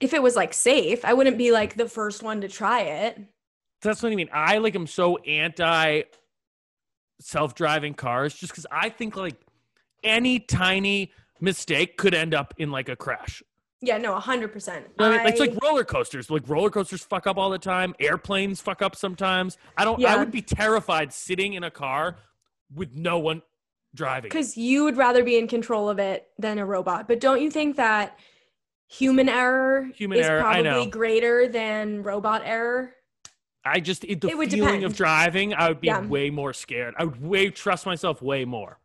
[SPEAKER 3] if it was like safe, I wouldn't be like the first one to try it.
[SPEAKER 4] That's what I mean. I like am so anti self-driving cars just cuz I think like any tiny mistake could end up in like a crash.
[SPEAKER 3] Yeah, no, hundred percent.
[SPEAKER 4] You know what I mean? It's like roller coasters. Like roller coasters fuck up all the time. Airplanes fuck up sometimes. I don't I
[SPEAKER 3] Yeah.
[SPEAKER 4] would be terrified sitting in a car with no one driving.
[SPEAKER 3] because you would rather be in control of it than a robot. But don't you think that human error
[SPEAKER 4] Human
[SPEAKER 3] is
[SPEAKER 4] error, I
[SPEAKER 3] probably
[SPEAKER 4] know.
[SPEAKER 3] greater than robot error?
[SPEAKER 4] I just it, the
[SPEAKER 3] It would
[SPEAKER 4] feeling of
[SPEAKER 3] depend.
[SPEAKER 4] driving, I would be
[SPEAKER 3] Yeah.
[SPEAKER 4] way more scared. I would way trust myself way more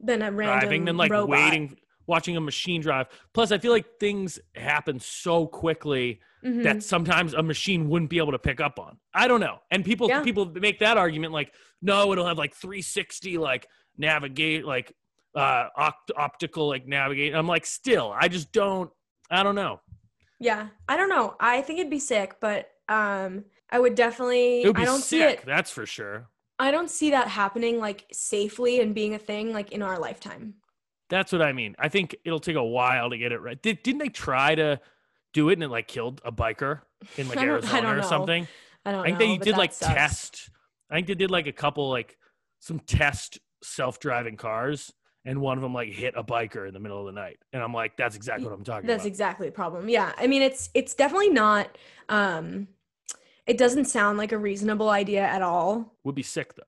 [SPEAKER 3] Than a random
[SPEAKER 4] driving than like
[SPEAKER 3] robot.
[SPEAKER 4] waiting, watching a machine drive. Plus, I feel like things happen so quickly
[SPEAKER 3] Mhm.
[SPEAKER 4] that sometimes a machine wouldn't be able to pick up on. I don't know. And people
[SPEAKER 3] Yeah.
[SPEAKER 4] people make that argument like, no, it'll have like 360 like navigate like uh opt- optical like navigate. I'm like, still, I just don't. I don't know.
[SPEAKER 3] yeah, I don't know. I think it'd be sick, but um, I would definitely.
[SPEAKER 4] It would be
[SPEAKER 3] I don't
[SPEAKER 4] sick.
[SPEAKER 3] see it.
[SPEAKER 4] That's for sure.
[SPEAKER 3] I don't see that happening like safely and being a thing like in our lifetime.
[SPEAKER 4] That's what I mean. I think it'll take a while to get it right. Did, didn't they try to do it and it like killed a biker in like
[SPEAKER 3] I don't- I
[SPEAKER 4] Arizona
[SPEAKER 3] don't
[SPEAKER 4] or
[SPEAKER 3] know.
[SPEAKER 4] something?
[SPEAKER 3] I don't.
[SPEAKER 4] I think
[SPEAKER 3] know,
[SPEAKER 4] they
[SPEAKER 3] but
[SPEAKER 4] did
[SPEAKER 3] that
[SPEAKER 4] like
[SPEAKER 3] sucks.
[SPEAKER 4] test. I think they did like a couple like some test self-driving cars, and one of them like hit a biker in the middle of the night. And I'm like, that's exactly what I'm talking
[SPEAKER 3] That's
[SPEAKER 4] about.
[SPEAKER 3] exactly the problem. Yeah. I mean, it's it's definitely not um it doesn't sound like a reasonable idea at all.
[SPEAKER 4] Would be sick though.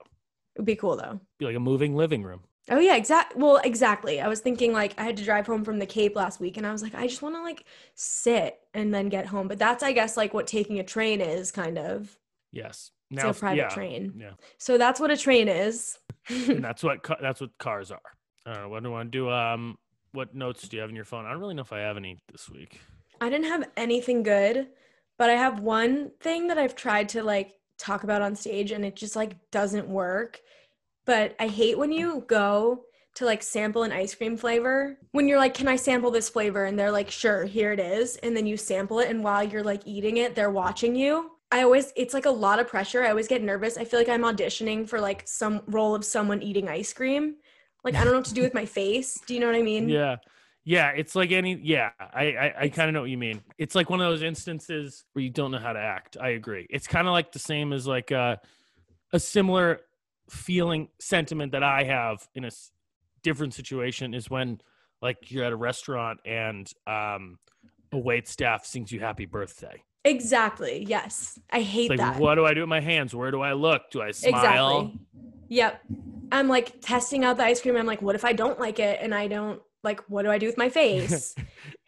[SPEAKER 3] It'd be cool though.
[SPEAKER 4] Be like a moving living room.
[SPEAKER 3] Oh yeah, exact well, exactly. I was thinking like I had to drive home from the Cape last week and I was like I just want to like sit and then get home. But that's I guess like what taking a train is kind of.
[SPEAKER 4] Yes.
[SPEAKER 3] It's
[SPEAKER 4] Now,
[SPEAKER 3] like a private
[SPEAKER 4] yeah,
[SPEAKER 3] train.
[SPEAKER 4] yeah.
[SPEAKER 3] So that's what a train is.
[SPEAKER 4] and that's what ca- that's what cars are. I don't know. What do I want to do? Um, what notes do you have in your phone? I don't really know if I have any this week.
[SPEAKER 3] I didn't have anything good, but I have one thing that I've tried to like talk about on stage and it just like doesn't work. But I hate when you go to like sample an ice cream flavor when you're like, Can I sample this flavor? And they're like, Sure, here it is. And then you sample it. And while you're like eating it, they're watching you. I always, it's like a lot of pressure. I always get nervous. I feel like I'm auditioning for like some role of someone eating ice cream. Like, I don't know what to do with my face. Do you know what I mean?
[SPEAKER 4] Yeah. Yeah, it's like any yeah, I I, I kind of know what you mean. It's like one of those instances where you don't know how to act. I agree. It's kind of like the same as like uh, a similar feeling sentiment that I have in a s- different situation is when like you're at a restaurant and um a wait staff sings you happy birthday.
[SPEAKER 3] Exactly. Yes. I hate
[SPEAKER 4] It's like
[SPEAKER 3] that.
[SPEAKER 4] what do I do with my hands? Where do I look? Do I smile?
[SPEAKER 3] Exactly. Yep. I'm like testing out the ice cream. I'm like, what if I don't like it? And I don't like, what do I do with my face?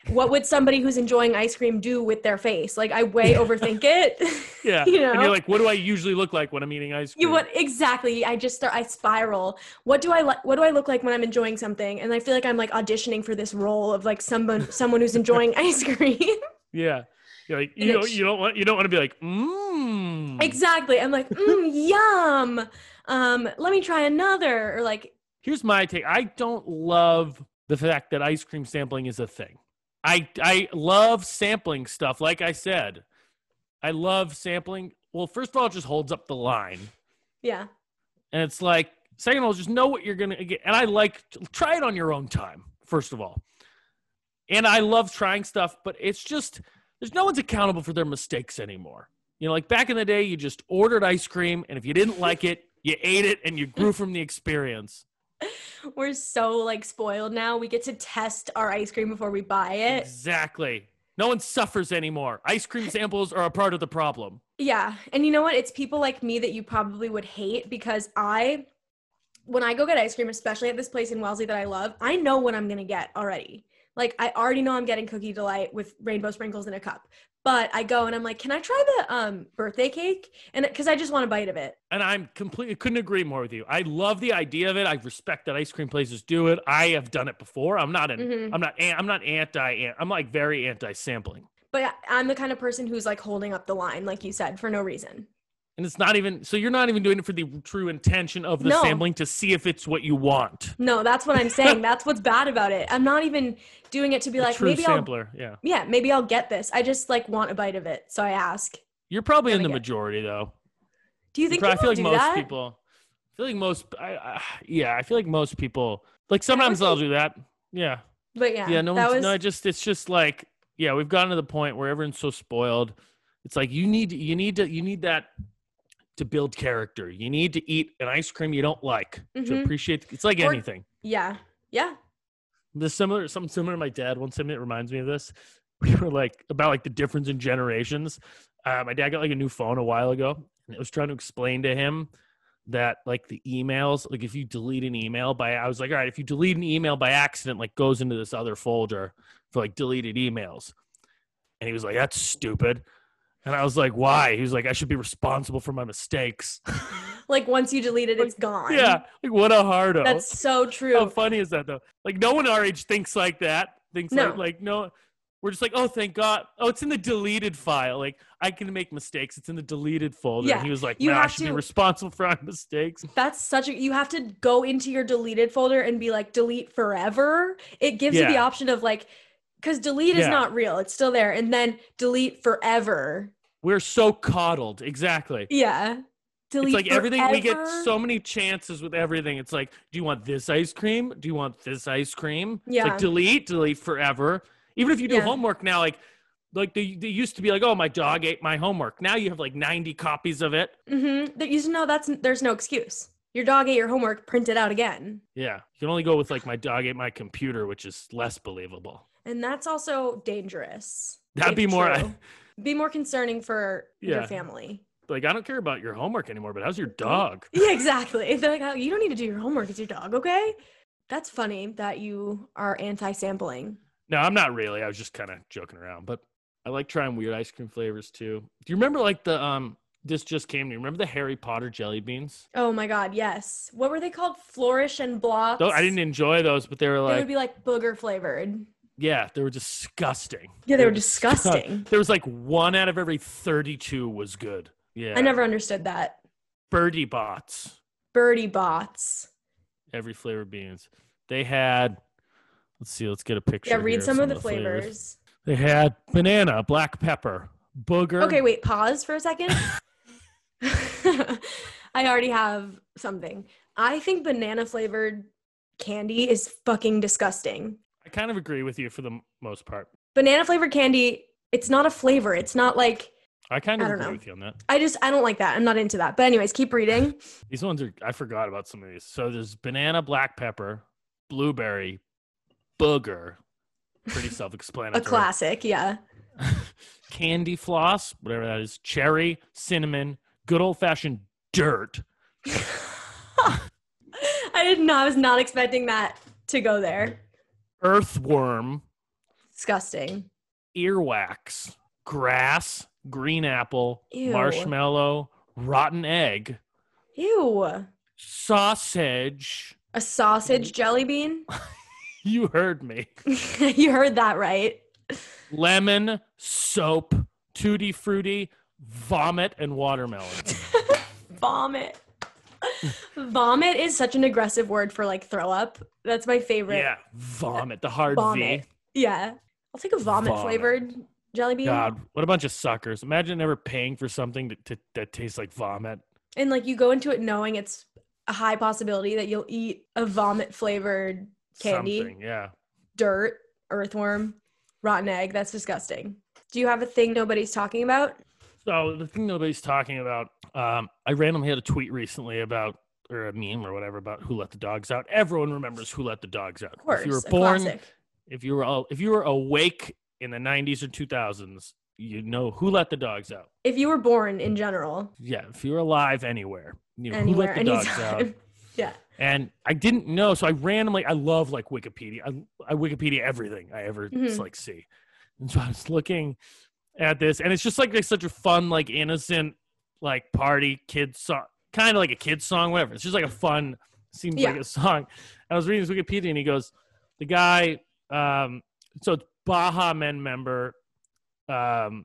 [SPEAKER 3] what would somebody who's enjoying ice cream do with their face? Like, I way overthink it.
[SPEAKER 4] Yeah.
[SPEAKER 3] You
[SPEAKER 4] And
[SPEAKER 3] know?
[SPEAKER 4] you're like what do I usually look like when I'm eating ice cream?
[SPEAKER 3] You what exactly? I just start. I spiral. What do I like? What do I look like when I'm enjoying something? And I feel like I'm like auditioning for this role of like someone someone who's enjoying ice cream.
[SPEAKER 4] Yeah. You're like,
[SPEAKER 3] And
[SPEAKER 4] you
[SPEAKER 3] it
[SPEAKER 4] don't,
[SPEAKER 3] sh-
[SPEAKER 4] you don't want you don't want to be like, mmm.
[SPEAKER 3] exactly. I'm like, mm, yum. Um, let me try another. Or like,
[SPEAKER 4] Here's my take. I don't love the fact that ice cream sampling is a thing. I I love sampling stuff. Like I said, I love sampling. Well, first of all, it just holds up the line,
[SPEAKER 3] yeah,
[SPEAKER 4] and it's like second of all, just know what you're gonna get. And I like try it on your own time. First of all, and I love trying stuff, but it's just there's no one's accountable for their mistakes anymore. You know, like back in the day, you just ordered ice cream, and if you didn't like it, you ate it, and you grew from the experience.
[SPEAKER 3] We're so like spoiled now. We get to test our ice cream before we buy it.
[SPEAKER 4] Exactly. No one suffers anymore. Ice cream samples are a part of the problem.
[SPEAKER 3] Yeah. And you know what? It's people like me that you probably would hate because I, when I go get ice cream, especially at this place in Wellesley that I love, I know what I'm going to get already. like I already know I'm getting cookie delight with rainbow sprinkles in a cup. But I go and I'm like, can I try the um, birthday cake? And because I just want a bite of it.
[SPEAKER 4] And I'm completely couldn't agree more with you. I love the idea of it. I respect that ice cream places do it. I have done it before. I'm not an
[SPEAKER 3] Mhm.
[SPEAKER 4] I'm not an- I'm not anti I'm like very anti sampling.
[SPEAKER 3] But I- I'm the kind of person who's like holding up the line, like you said, for no reason.
[SPEAKER 4] And it's not even so you're not even doing it for the true intention of the
[SPEAKER 3] No.
[SPEAKER 4] sampling to see if it's what you want.
[SPEAKER 3] No, that's what I'm saying. that's what's bad about it. I'm not even doing it to be
[SPEAKER 4] A
[SPEAKER 3] like,
[SPEAKER 4] true
[SPEAKER 3] maybe I'll
[SPEAKER 4] sampler, yeah.
[SPEAKER 3] yeah, maybe I'll get this. I just like want a bite of it, so I ask.
[SPEAKER 4] You're probably in
[SPEAKER 3] Gonna
[SPEAKER 4] the
[SPEAKER 3] get-
[SPEAKER 4] majority though.
[SPEAKER 3] Do you think
[SPEAKER 4] But I
[SPEAKER 3] people
[SPEAKER 4] feel like
[SPEAKER 3] do
[SPEAKER 4] most
[SPEAKER 3] that?
[SPEAKER 4] people. I feel like most. I, I, yeah, I feel like most people. Like sometimes
[SPEAKER 3] would
[SPEAKER 4] I'll do that. Yeah,
[SPEAKER 3] but yeah,
[SPEAKER 4] yeah. no,
[SPEAKER 3] that
[SPEAKER 4] one's,
[SPEAKER 3] was
[SPEAKER 4] no. it Just it's just like yeah. We've gotten to the point where everyone's so spoiled. It's like you need you need to you need that to build character. You need to eat an ice cream you don't like to
[SPEAKER 3] Mhm.
[SPEAKER 4] appreciate. It's like
[SPEAKER 3] Or-
[SPEAKER 4] anything.
[SPEAKER 3] yeah, yeah.
[SPEAKER 4] The similar something similar to my dad once said to me, it reminds me of this. We were like about like the difference in generations. Uh, my dad got like a new phone a while ago, and it was trying to explain to him that like the emails, like if you delete an email by, I was like, all right, if you delete an email by accident, like goes into this other folder for like deleted emails, and he was like, that's stupid, and I was like, why? He was like, I should be responsible for my mistakes.
[SPEAKER 3] Like once you delete it, it's gone.
[SPEAKER 4] yeah, like what a hardo.
[SPEAKER 3] that's so true.
[SPEAKER 4] How funny is that though? Like no one our age thinks like that. Thinks
[SPEAKER 3] No.
[SPEAKER 4] like like no we're just like, oh thank God. Oh, it's in the deleted file. Like I can make mistakes. It's in the deleted folder.
[SPEAKER 3] Yeah,
[SPEAKER 4] And he was like,
[SPEAKER 3] you
[SPEAKER 4] nah, I
[SPEAKER 3] have
[SPEAKER 4] should be
[SPEAKER 3] to-
[SPEAKER 4] responsible for our mistakes.
[SPEAKER 3] That's such a you have to go into your deleted folder and be like delete forever. It gives you the
[SPEAKER 4] Yeah.
[SPEAKER 3] option of like because delete is
[SPEAKER 4] Yeah.
[SPEAKER 3] not real, it's still there, and then delete forever.
[SPEAKER 4] We're so coddled. Exactly.
[SPEAKER 3] Yeah. Delete
[SPEAKER 4] It's like everything we get
[SPEAKER 3] forever.
[SPEAKER 4] so many chances with everything. It's like, do you want this ice cream? Do you want this ice cream? It's
[SPEAKER 3] Yeah.
[SPEAKER 4] like delete, delete forever. Even if you do
[SPEAKER 3] Yeah.
[SPEAKER 4] homework now, like like they, they used to be like, oh my dog ate my homework. Now you have like 90 copies of it.
[SPEAKER 3] Mm-hmm. That you just know that's there's no excuse. Your dog ate your homework. Print it out again.
[SPEAKER 4] Yeah. You can only go with like my dog ate my computer, which is less believable.
[SPEAKER 3] And that's also dangerous.
[SPEAKER 4] That'd
[SPEAKER 3] if
[SPEAKER 4] be more-
[SPEAKER 3] true. be more concerning for
[SPEAKER 4] Yeah.
[SPEAKER 3] your family.
[SPEAKER 4] Like, I don't care about your homework anymore, but how's your dog?
[SPEAKER 3] Yeah, exactly. They're like, oh, you don't need to do your homework. It's your dog, okay? That's funny that you are anti-sampling.
[SPEAKER 4] No, I'm not really. I was just kind of joking around, but I like trying weird ice cream flavors too. Do you remember like the, um, this just came to you. Remember the Harry Potter jelly beans?
[SPEAKER 3] Oh my god, yes. What were they called? Flourish and blocks.
[SPEAKER 4] Though I didn't enjoy those, but they were
[SPEAKER 3] They would
[SPEAKER 4] like,
[SPEAKER 3] be like booger flavored.
[SPEAKER 4] yeah, they were disgusting.
[SPEAKER 3] Yeah, they were
[SPEAKER 4] disgust-
[SPEAKER 3] disgusting.
[SPEAKER 4] There was like one out of every 32 was good. Yeah.
[SPEAKER 3] I never understood that.
[SPEAKER 4] Birdie bots.
[SPEAKER 3] Birdie bots.
[SPEAKER 4] every flavor beans. They had, let's see, let's get a picture.
[SPEAKER 3] Yeah, read
[SPEAKER 4] here
[SPEAKER 3] some of the flavors.
[SPEAKER 4] They had banana, black pepper, booger.
[SPEAKER 3] Okay, wait, pause for a second. I already have something. I think banana flavored candy is fucking disgusting.
[SPEAKER 4] I kind of agree with you for the m- most part.
[SPEAKER 3] Banana flavored candy, it's not a flavor. It's not like
[SPEAKER 4] I kind
[SPEAKER 3] I
[SPEAKER 4] of
[SPEAKER 3] don't
[SPEAKER 4] agree
[SPEAKER 3] know.
[SPEAKER 4] with you on that.
[SPEAKER 3] I just I don't like that. I'm not into that. But anyways, keep reading.
[SPEAKER 4] These ones are, I forgot about some of these. So there's banana, black pepper, blueberry, booger. Pretty self
[SPEAKER 3] A
[SPEAKER 4] explanatory.
[SPEAKER 3] classic, yeah.
[SPEAKER 4] Candy floss, whatever that is, cherry, cinnamon, good old fashioned dirt.
[SPEAKER 3] I didn't know. I was not expecting that to go there.
[SPEAKER 4] earthworm,
[SPEAKER 3] Disgusting.
[SPEAKER 4] earwax, grass, green apple,
[SPEAKER 3] Ew.
[SPEAKER 4] marshmallow, rotten egg,
[SPEAKER 3] Ew.
[SPEAKER 4] sausage.
[SPEAKER 3] A sausage jelly bean?
[SPEAKER 4] You heard me.
[SPEAKER 3] you heard that right.
[SPEAKER 4] Lemon, soap, tutti frutti, vomit, and watermelon.
[SPEAKER 3] Vomit. Vomit is such an aggressive word for like throw up. That's my favorite.
[SPEAKER 4] Yeah, vomit. The hard
[SPEAKER 3] Vomit. Yeah. I'll take a vomit,
[SPEAKER 4] Vomit.
[SPEAKER 3] flavored jelly
[SPEAKER 4] V.
[SPEAKER 3] bean.
[SPEAKER 4] God, what a bunch of suckers! Imagine never paying for something that, that, that tastes like vomit.
[SPEAKER 3] And like you go into it knowing it's a high possibility that you'll eat a vomit flavored Candy.
[SPEAKER 4] Something, yeah.
[SPEAKER 3] dirt, earthworm, rotten egg. That's disgusting. Do you have a thing nobody's talking about?
[SPEAKER 4] So the thing nobody's talking about, um, I randomly had a tweet recently about or a meme or whatever about who let the dogs out. Everyone remembers who let the dogs out.
[SPEAKER 3] Of course,
[SPEAKER 4] if you were
[SPEAKER 3] a
[SPEAKER 4] born,
[SPEAKER 3] classic.
[SPEAKER 4] if you were all, if you were awake in the '90s or 2000s, you know who let the dogs out.
[SPEAKER 3] If you were born in general,
[SPEAKER 4] Yeah, if you were alive anywhere, you know who
[SPEAKER 3] anywhere,
[SPEAKER 4] let the dogs out.
[SPEAKER 3] anytime. yeah.
[SPEAKER 4] and I didn't know. So I randomly, I love like Wikipedia. I, I Wikipedia everything I ever
[SPEAKER 3] Mhm.
[SPEAKER 4] like see, and so I was looking at this, and it's just like it's such a fun, like innocent, like party kid song, kind of like a kid song, whatever. It's just like a fun, seems like
[SPEAKER 3] Yeah.
[SPEAKER 4] a song. I was reading this Wikipedia, and he goes, the guy, um, so it's Baha Men member, um,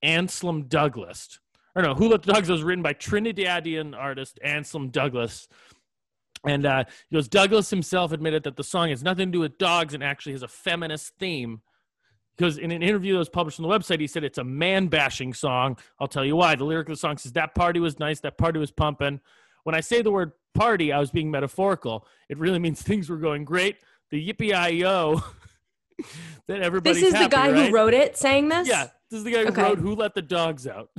[SPEAKER 4] Anselm Douglas. Or no, Who Let the Dogs was written by Trinidadian artist Anselm Douglas. And uh, he goes, Douglas himself admitted that the song has nothing to do with dogs and actually has a feminist theme. Because in an interview that was published on the website, he said it's a man bashing song. I'll tell you why. The lyric of the song says, That party was nice, that party was pumping. When I say the word party, I was being metaphorical. It really means things were going great. The yippee IO that everybody's
[SPEAKER 3] This is the
[SPEAKER 4] happy,
[SPEAKER 3] guy
[SPEAKER 4] right?
[SPEAKER 3] who wrote it saying this?
[SPEAKER 4] Yeah, this is the guy who
[SPEAKER 3] Okay.
[SPEAKER 4] wrote Who Let the Dogs Out.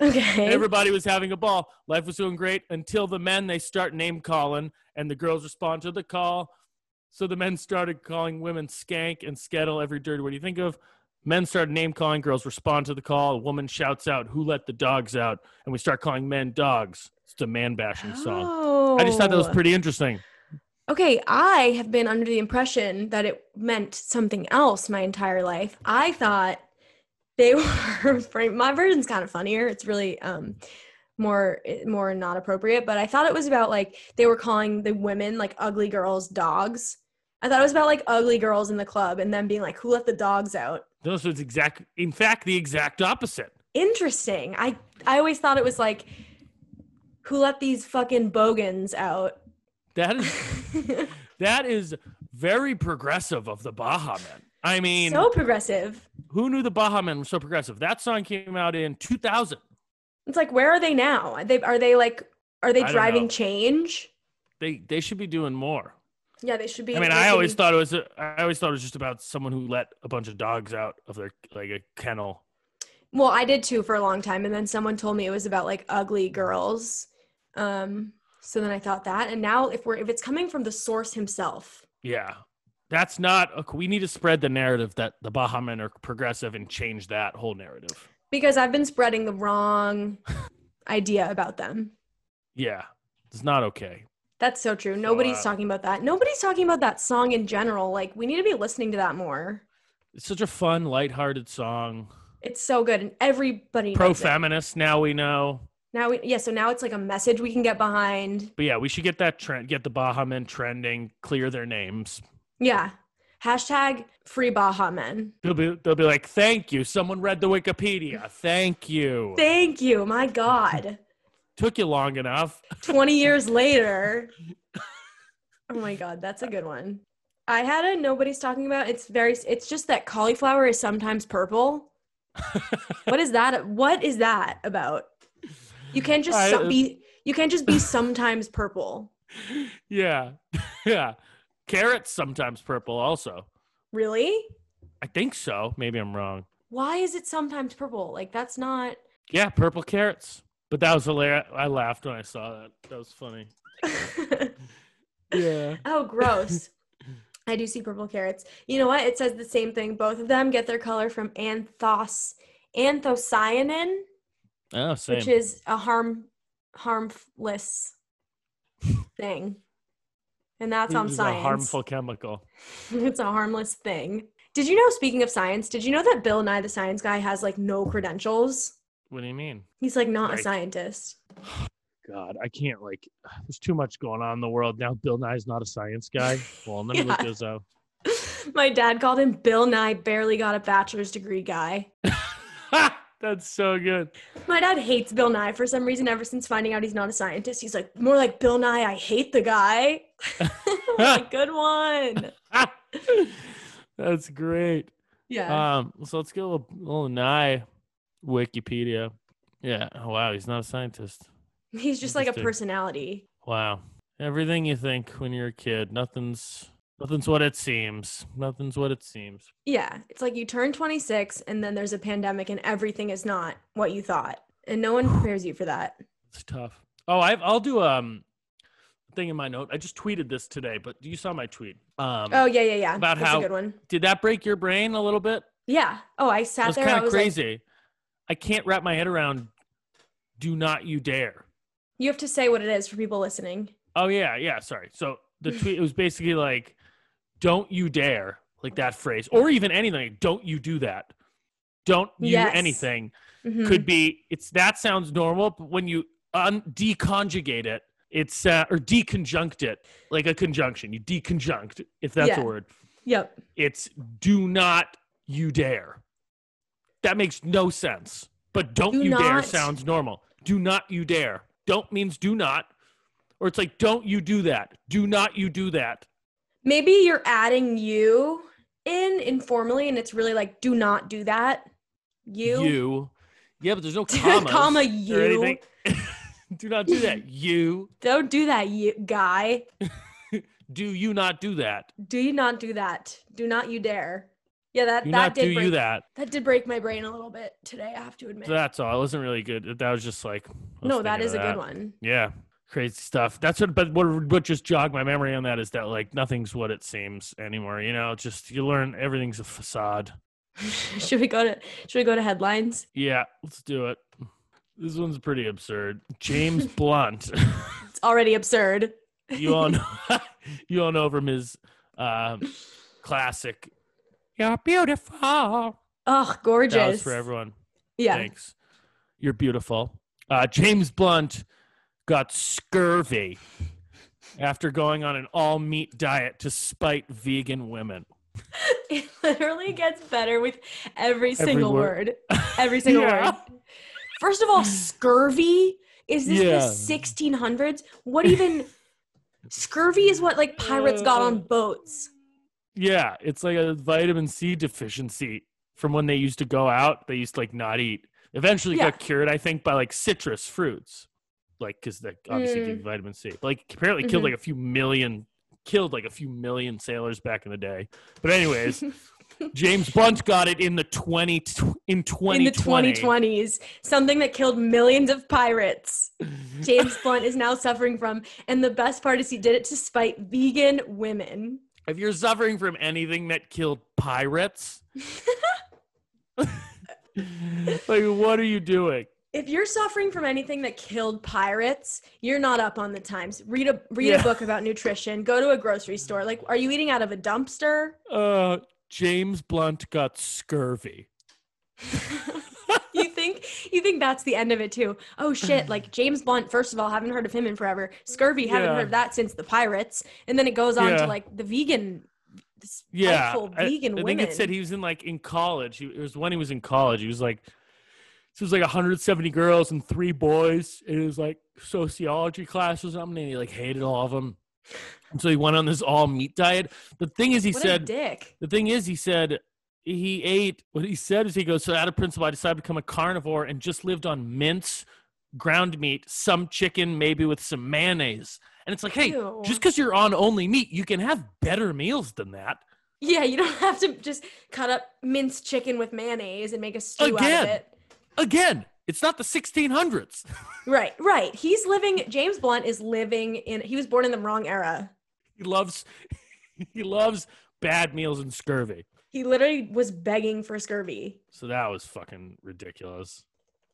[SPEAKER 3] Okay.
[SPEAKER 4] Everybody was having a ball. Life was doing great until the men they start name calling and the girls respond to the call. So the men started calling women skank and skettle every dirty word you think of. Men started name calling, girls respond to the call. A woman shouts out, Who let the dogs out? And we start calling men dogs. It's a man bashing song. I just thought that was
[SPEAKER 3] Oh.
[SPEAKER 4] pretty interesting.
[SPEAKER 3] Okay, I have been under the impression that it meant something else my entire life. I thought they were fra- my version's kind of funnier. It's really um more it- more not appropriate, but I thought it was about like they were calling the women like ugly girls dogs. I thought it was about like ugly girls in the club and them being like who let the dogs out.
[SPEAKER 4] Those was exact, in fact, the exact opposite.
[SPEAKER 3] Interesting. I I always thought it was like who let these fucking bogans out.
[SPEAKER 4] That is, that is very progressive of the Baha men. I mean,
[SPEAKER 3] so progressive.
[SPEAKER 4] Who knew the Baha Men were so progressive? That song came out in 2000.
[SPEAKER 3] It's like where are they now? Are they are they like are
[SPEAKER 4] I
[SPEAKER 3] they
[SPEAKER 4] don't know.
[SPEAKER 3] driving change?
[SPEAKER 4] They they should be doing more.
[SPEAKER 3] Yeah, they should be.
[SPEAKER 4] I mean,
[SPEAKER 3] they
[SPEAKER 4] I
[SPEAKER 3] should
[SPEAKER 4] always
[SPEAKER 3] be-
[SPEAKER 4] thought it was a, I always thought it was just about someone who let a bunch of dogs out of their like a kennel.
[SPEAKER 3] Well, I did too for a long time, and then someone told me it was about like ugly girls. Um, so then I thought that, and now if we're if it's coming from the source himself,
[SPEAKER 4] Yeah. That's not a, we need to spread the narrative that the Baha Men are progressive and change that whole narrative.
[SPEAKER 3] because I've been spreading the wrong idea about them.
[SPEAKER 4] Yeah. It's not okay.
[SPEAKER 3] That's so true.
[SPEAKER 4] So,
[SPEAKER 3] Nobody's
[SPEAKER 4] uh,
[SPEAKER 3] talking about that. Nobody's talking about that song in general. Like we need to be listening to that more.
[SPEAKER 4] It's such a fun, lighthearted song.
[SPEAKER 3] It's so good, and everybody
[SPEAKER 4] Pro
[SPEAKER 3] knows it.
[SPEAKER 4] feminist, now we know.
[SPEAKER 3] Now, we, yeah. So now it's like a message we can get behind.
[SPEAKER 4] But yeah, we should get that trend get the Baha Men trending, clear their names.
[SPEAKER 3] Yeah. Hashtag free Baja men.
[SPEAKER 4] They'll be they'll be like, "Thank you, someone read the Wikipedia. Thank you.
[SPEAKER 3] Thank you. My God.
[SPEAKER 4] Took you long enough."
[SPEAKER 3] 20 years later. Oh my God. That's a good one. I had a nobody's talking about. It's very, it's just that cauliflower is sometimes purple. what is that? What is that about? You can't just
[SPEAKER 4] I-
[SPEAKER 3] so- be, you can't just be sometimes purple.
[SPEAKER 4] Yeah, yeah. Carrots sometimes purple. Also,
[SPEAKER 3] Really?
[SPEAKER 4] I think so. Maybe I'm wrong.
[SPEAKER 3] Why is it sometimes purple? Like that's not,
[SPEAKER 4] Yeah, purple carrots. But that was hilarious. I laughed when I saw that. That was funny. Yeah.
[SPEAKER 3] Oh, gross. I do see purple carrots. You know what? It says the same thing. Both of them get their color from anthos anthocyanin,
[SPEAKER 4] Oh, same.
[SPEAKER 3] which is a harm harmless thing. And that's on
[SPEAKER 4] This is a
[SPEAKER 3] science.
[SPEAKER 4] harmful chemical.
[SPEAKER 3] it's a harmless thing. Did you know speaking of science, did you know that Bill Nye the Science Guy has like no credentials?
[SPEAKER 4] What do you mean?
[SPEAKER 3] He's like not
[SPEAKER 4] Right.
[SPEAKER 3] a scientist.
[SPEAKER 4] God, I can't like. There's too much going on in the world now. Bill Nye's not a science guy. Well, let me look
[SPEAKER 3] Yeah.
[SPEAKER 4] this up.
[SPEAKER 3] My dad called him Bill Nye barely got a bachelor's degree guy.
[SPEAKER 4] That's so good.
[SPEAKER 3] My dad hates Bill Nye for some reason. Ever since finding out he's not a scientist, he's like more like Bill Nye. I hate the guy. like, Good one.
[SPEAKER 4] That's great.
[SPEAKER 3] Yeah.
[SPEAKER 4] Um, so let's get a little, little nigh Wikipedia. Yeah. Oh, wow. He's not a scientist.
[SPEAKER 3] he's just like a
[SPEAKER 4] interesting.
[SPEAKER 3] personality.
[SPEAKER 4] Wow. Everything you think when you're a kid, nothing's nothing's what it seems. Nothing's what it seems.
[SPEAKER 3] Yeah. It's like you turn 26 and then there's a pandemic and everything is not what you thought. And no one prepares you for that.
[SPEAKER 4] It's tough. Oh, I've, I'll do um a thing in my note. I just tweeted this today, but you saw my tweet. Um,
[SPEAKER 3] Oh, yeah, yeah, yeah.
[SPEAKER 4] About
[SPEAKER 3] That's
[SPEAKER 4] how-
[SPEAKER 3] a good one.
[SPEAKER 4] did that break your brain a little bit?
[SPEAKER 3] Yeah. Oh, I sat
[SPEAKER 4] That's
[SPEAKER 3] there. I
[SPEAKER 4] kind of
[SPEAKER 3] was like,
[SPEAKER 4] crazy. I can't wrap my head around. Do not you dare.
[SPEAKER 3] you have to say what it is for people listening.
[SPEAKER 4] Oh yeah, yeah. Sorry. So the tweet it was basically like, "Don't you dare!" Like that phrase, or even anything. like, Don't you do that? Don't you
[SPEAKER 3] Yes.
[SPEAKER 4] anything?
[SPEAKER 3] Mhm.
[SPEAKER 4] Could be. It's that sounds normal, but when you un- deconjugate it, it's uh, or deconjunct it, like a conjunction. You deconjunct, if that's
[SPEAKER 3] Yeah.
[SPEAKER 4] a word.
[SPEAKER 3] yep.
[SPEAKER 4] It's do not you dare. That makes no sense. But don't
[SPEAKER 3] Do
[SPEAKER 4] you dare
[SPEAKER 3] not.
[SPEAKER 4] sounds normal. Do not you dare. Don't means do not. Or it's like don't you do that. Do not you do that.
[SPEAKER 3] Maybe you're adding you in informally, and it's really like, do not do that. You.
[SPEAKER 4] Yeah, but there's no commas
[SPEAKER 3] comma
[SPEAKER 4] or
[SPEAKER 3] you.
[SPEAKER 4] anything. do not do that. You
[SPEAKER 3] Don't do that, you guy.
[SPEAKER 4] do you not do that.
[SPEAKER 3] Do you not do that? Do not you dare. Yeah, that
[SPEAKER 4] Do
[SPEAKER 3] that
[SPEAKER 4] not do
[SPEAKER 3] did break,
[SPEAKER 4] you
[SPEAKER 3] that.
[SPEAKER 4] that.
[SPEAKER 3] did break my brain a little bit today. I have to admit.
[SPEAKER 4] So that's all. It wasn't really good. That was just like I was
[SPEAKER 3] no, that
[SPEAKER 4] thinking of
[SPEAKER 3] is a
[SPEAKER 4] that.
[SPEAKER 3] good one.
[SPEAKER 4] Yeah, crazy stuff. That's what. But what what just jogged my memory on that is that like nothing's what it seems anymore. You know, just you learn everything's a facade.
[SPEAKER 3] should we go to Should we go to headlines?
[SPEAKER 4] Yeah, let's do it. This one's pretty absurd. James Blunt,
[SPEAKER 3] It's already absurd.
[SPEAKER 4] you all know, you all know from his um, classic. You're beautiful.
[SPEAKER 3] Oh,
[SPEAKER 4] That
[SPEAKER 3] gorgeous.
[SPEAKER 4] was for everyone.
[SPEAKER 3] Yeah.
[SPEAKER 4] Thanks. You're beautiful. Uh, James Blunt got scurvy after going on an all meat diet to spite vegan women.
[SPEAKER 3] It literally gets better with every
[SPEAKER 4] Every
[SPEAKER 3] single
[SPEAKER 4] word.
[SPEAKER 3] word. Every single
[SPEAKER 4] Yeah.
[SPEAKER 3] word. First of all, scurvy. Is this
[SPEAKER 4] Yeah.
[SPEAKER 3] the 1600s? What even? scurvy is what like pirates got on boats.
[SPEAKER 4] Yeah, it's like a vitamin C deficiency from when they used to go out. They used to like not eat. Eventually
[SPEAKER 3] Yeah.
[SPEAKER 4] got cured, I think, by like citrus fruits, like because they obviously give you vitamin C. But, like apparently killed
[SPEAKER 3] Mhm.
[SPEAKER 4] like a few million, killed like a few million sailors back in the day. But anyways, James Blunt got it in the twenty in
[SPEAKER 3] in
[SPEAKER 4] twenty
[SPEAKER 3] the 2020s, something that killed millions of pirates. James Blunt is now suffering from, and the best part is he did it to spite vegan women.
[SPEAKER 4] If you're suffering from anything that killed pirates, like what are you doing?
[SPEAKER 3] If you're suffering from anything that killed pirates, you're not up on the times. Read a read
[SPEAKER 4] Yeah.
[SPEAKER 3] a book about nutrition. Go to a grocery store. Like, are you eating out of a dumpster?
[SPEAKER 4] Uh, James Blunt got scurvy.
[SPEAKER 3] you think you think that's the end of it too? Oh shit! Like James Blunt. First of all, haven't heard of him in forever. Scurvy. Haven't
[SPEAKER 4] Yeah.
[SPEAKER 3] heard of that since the pirates. And then it goes on
[SPEAKER 4] Yeah.
[SPEAKER 3] to like the vegan. this
[SPEAKER 4] Yeah,
[SPEAKER 3] spiteful
[SPEAKER 4] I,
[SPEAKER 3] vegan
[SPEAKER 4] I
[SPEAKER 3] women.
[SPEAKER 4] think it said he was in like in college. He, it was when he was in college. He was like, this was like 170 girls and three boys. It was like sociology class or something. And he like hated all of them. And so he went on this all meat diet. The thing is, he
[SPEAKER 3] what
[SPEAKER 4] said
[SPEAKER 3] a dick.
[SPEAKER 4] the thing is he said he ate what he said is he goes so out of principle i decided to become a carnivore and just lived on mince ground meat some chicken maybe with some mayonnaise and it's like hey
[SPEAKER 3] Ew.
[SPEAKER 4] just because you're on only meat you can have better meals than that
[SPEAKER 3] Yeah, you don't have to just cut up minced chicken with mayonnaise and make a stew out
[SPEAKER 4] Again.
[SPEAKER 3] of it.
[SPEAKER 4] again it's not the 1600s
[SPEAKER 3] Right, right. He's living. James Blunt is living in. He was born in the wrong era.
[SPEAKER 4] he loves he loves bad meals and scurvy
[SPEAKER 3] He literally was begging for scurvy.
[SPEAKER 4] so that was fucking ridiculous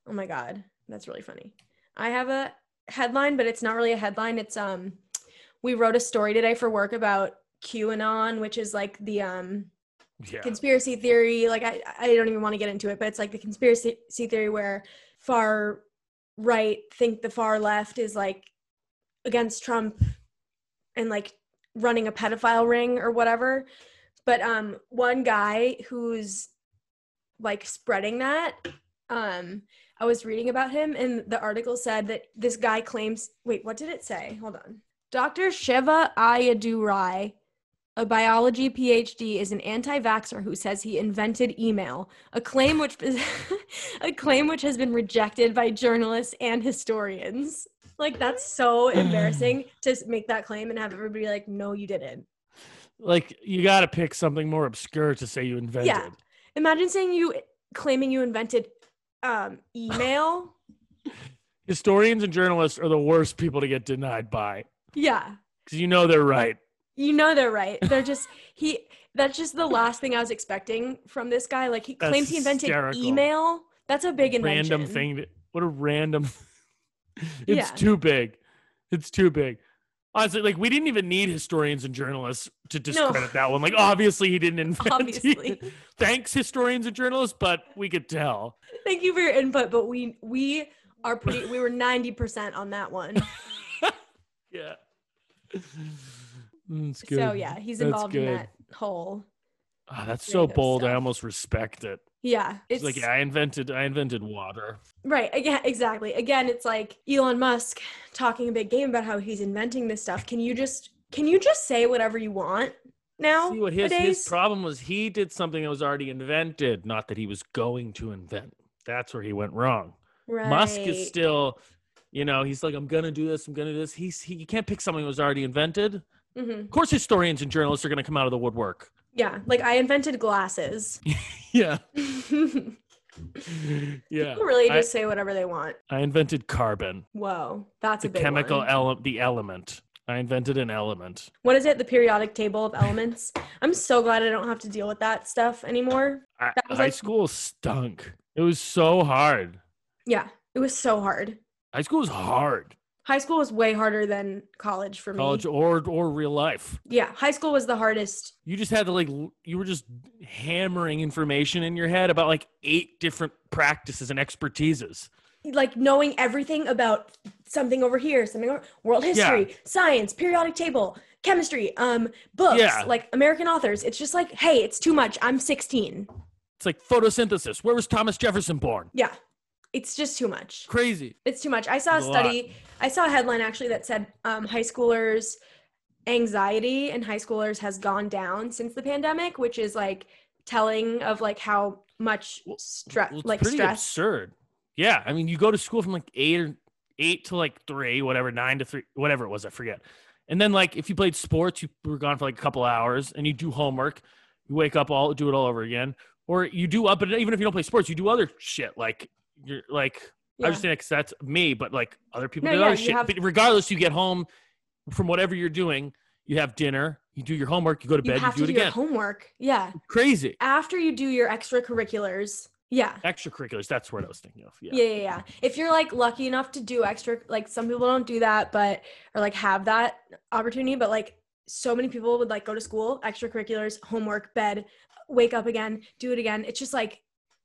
[SPEAKER 3] Oh my god, that's really funny. I have a headline, but it's not really a headline. It's um, we wrote a story today for work about QAnon, which is like the um
[SPEAKER 4] yeah
[SPEAKER 3] conspiracy theory like I, I don't even want to get into it but it's like the conspiracy theory where far right think the far left is like against trump and like running a pedophile ring or whatever but um one guy who's like spreading that um i was reading about him and the article said that this guy claims wait what did it say hold on dr shiva ayadurai a biology PhD is an anti-vaxxer who says he invented email, a claim which a claim which has been rejected by journalists and historians. Like that's so
[SPEAKER 4] Mm.
[SPEAKER 3] embarrassing to s- make that claim and have everybody like, no, you didn't.
[SPEAKER 4] like you gotta pick something more obscure to say you invented
[SPEAKER 3] Imagine saying you claiming you invented um, email.
[SPEAKER 4] historians and journalists are the worst people to get denied by
[SPEAKER 3] yeah,
[SPEAKER 4] because you know they're right.
[SPEAKER 3] you know they're right. They're just he. That's just the last thing I was expecting from this guy. Like he
[SPEAKER 4] That's
[SPEAKER 3] claims he invented
[SPEAKER 4] hysterical.
[SPEAKER 3] email. That's a big invention.
[SPEAKER 4] Random thing. That, what a random. it's
[SPEAKER 3] Yeah.
[SPEAKER 4] too big. It's too big. Honestly, like we didn't even need historians and journalists to discredit that one. Like obviously he didn't invent.
[SPEAKER 3] Obviously.
[SPEAKER 4] Thanks historians and journalists, but we could tell.
[SPEAKER 3] Thank you for your input, but we we are pretty we were 90% on that one.
[SPEAKER 4] Yeah. That's good.
[SPEAKER 3] So yeah, he's
[SPEAKER 4] That's
[SPEAKER 3] involved in
[SPEAKER 4] good.
[SPEAKER 3] that whole.
[SPEAKER 4] Ah, that's so
[SPEAKER 3] creative
[SPEAKER 4] bold. I
[SPEAKER 3] stuff.
[SPEAKER 4] almost respect it.
[SPEAKER 3] Yeah,
[SPEAKER 4] It's
[SPEAKER 3] it's
[SPEAKER 4] like yeah, I invented I invented water.
[SPEAKER 3] right. Again, exactly. Again, it's like Elon Musk talking a big game about how he's inventing this stuff. Can you just can you just say whatever you want now?
[SPEAKER 4] See what his his problem was he did something that was already invented, not that he was going to invent. That's where he went wrong. Musk is still, you know, he's like, I'm gonna do this, I'm gonna do this. He's he you can't pick something that was already invented.
[SPEAKER 3] hmm
[SPEAKER 4] Of course historians and journalists are gonna come out of the woodwork.
[SPEAKER 3] Yeah, like I invented glasses.
[SPEAKER 4] Yeah.
[SPEAKER 3] People
[SPEAKER 4] Yeah.
[SPEAKER 3] really
[SPEAKER 4] I-
[SPEAKER 3] just say whatever they want.
[SPEAKER 4] I invented carbon,
[SPEAKER 3] Whoa, that's
[SPEAKER 4] the
[SPEAKER 3] a big
[SPEAKER 4] chemical
[SPEAKER 3] one.
[SPEAKER 4] element the element. I invented an element.
[SPEAKER 3] what is it? The periodic table of elements. I'm so glad I don't have to deal with that stuff anymore.
[SPEAKER 4] I,
[SPEAKER 3] That was
[SPEAKER 4] high
[SPEAKER 3] like-
[SPEAKER 4] school stunk. It was so hard.
[SPEAKER 3] Yeah, it was so hard.
[SPEAKER 4] High school was hard.
[SPEAKER 3] High school was way harder than college for me.
[SPEAKER 4] College or or real life.
[SPEAKER 3] Yeah, high school was the hardest.
[SPEAKER 4] You just had to like l- you were just hammering information in your head about like eight different practices and expertises.
[SPEAKER 3] Like knowing everything about something over here, something over world history, science, periodic table, chemistry, um, books,
[SPEAKER 4] Yeah.
[SPEAKER 3] like American authors. It's just like, hey, it's too much. I'm 16.
[SPEAKER 4] It's like photosynthesis. Where was Thomas Jefferson born?
[SPEAKER 3] Yeah. It's just too much.
[SPEAKER 4] Crazy.
[SPEAKER 3] It's too much. I saw a
[SPEAKER 4] It's a lot.
[SPEAKER 3] study, I saw a headline actually that said um, high schoolers' anxiety in high schoolers has gone down since the pandemic, which is like telling of like how much
[SPEAKER 4] Well-
[SPEAKER 3] stress,
[SPEAKER 4] Well, it's
[SPEAKER 3] Uh, like
[SPEAKER 4] pretty
[SPEAKER 3] stress.
[SPEAKER 4] absurd. Yeah, I mean, you go to school from like eight or eight to like three, whatever, nine to three, whatever it was, I forget. And then like if you played sports, you were gone for like a couple hours, and you do homework, you wake up all do it all over again, or you do up. But even if you don't play sports, you do other shit like you're like I
[SPEAKER 3] Yeah.
[SPEAKER 4] understand because that's me, but like other people
[SPEAKER 3] No,
[SPEAKER 4] do
[SPEAKER 3] yeah,
[SPEAKER 4] other
[SPEAKER 3] you
[SPEAKER 4] shit.
[SPEAKER 3] have-
[SPEAKER 4] but regardless, you get home from whatever you're doing, you have dinner, you do your homework, you go to
[SPEAKER 3] you
[SPEAKER 4] bed, you
[SPEAKER 3] have
[SPEAKER 4] do
[SPEAKER 3] to
[SPEAKER 4] it
[SPEAKER 3] do your
[SPEAKER 4] again.
[SPEAKER 3] homework. Yeah.
[SPEAKER 4] Crazy
[SPEAKER 3] After you do your extracurriculars. Yeah.
[SPEAKER 4] extracurriculars. That's what I was thinking of. Yeah.
[SPEAKER 3] Yeah. yeah, yeah. If you're like lucky enough to do extra, like some people don't do that, but or like have that opportunity, but like so many people would like go to school, extracurriculars, homework, bed, wake up again, do it again. It's just like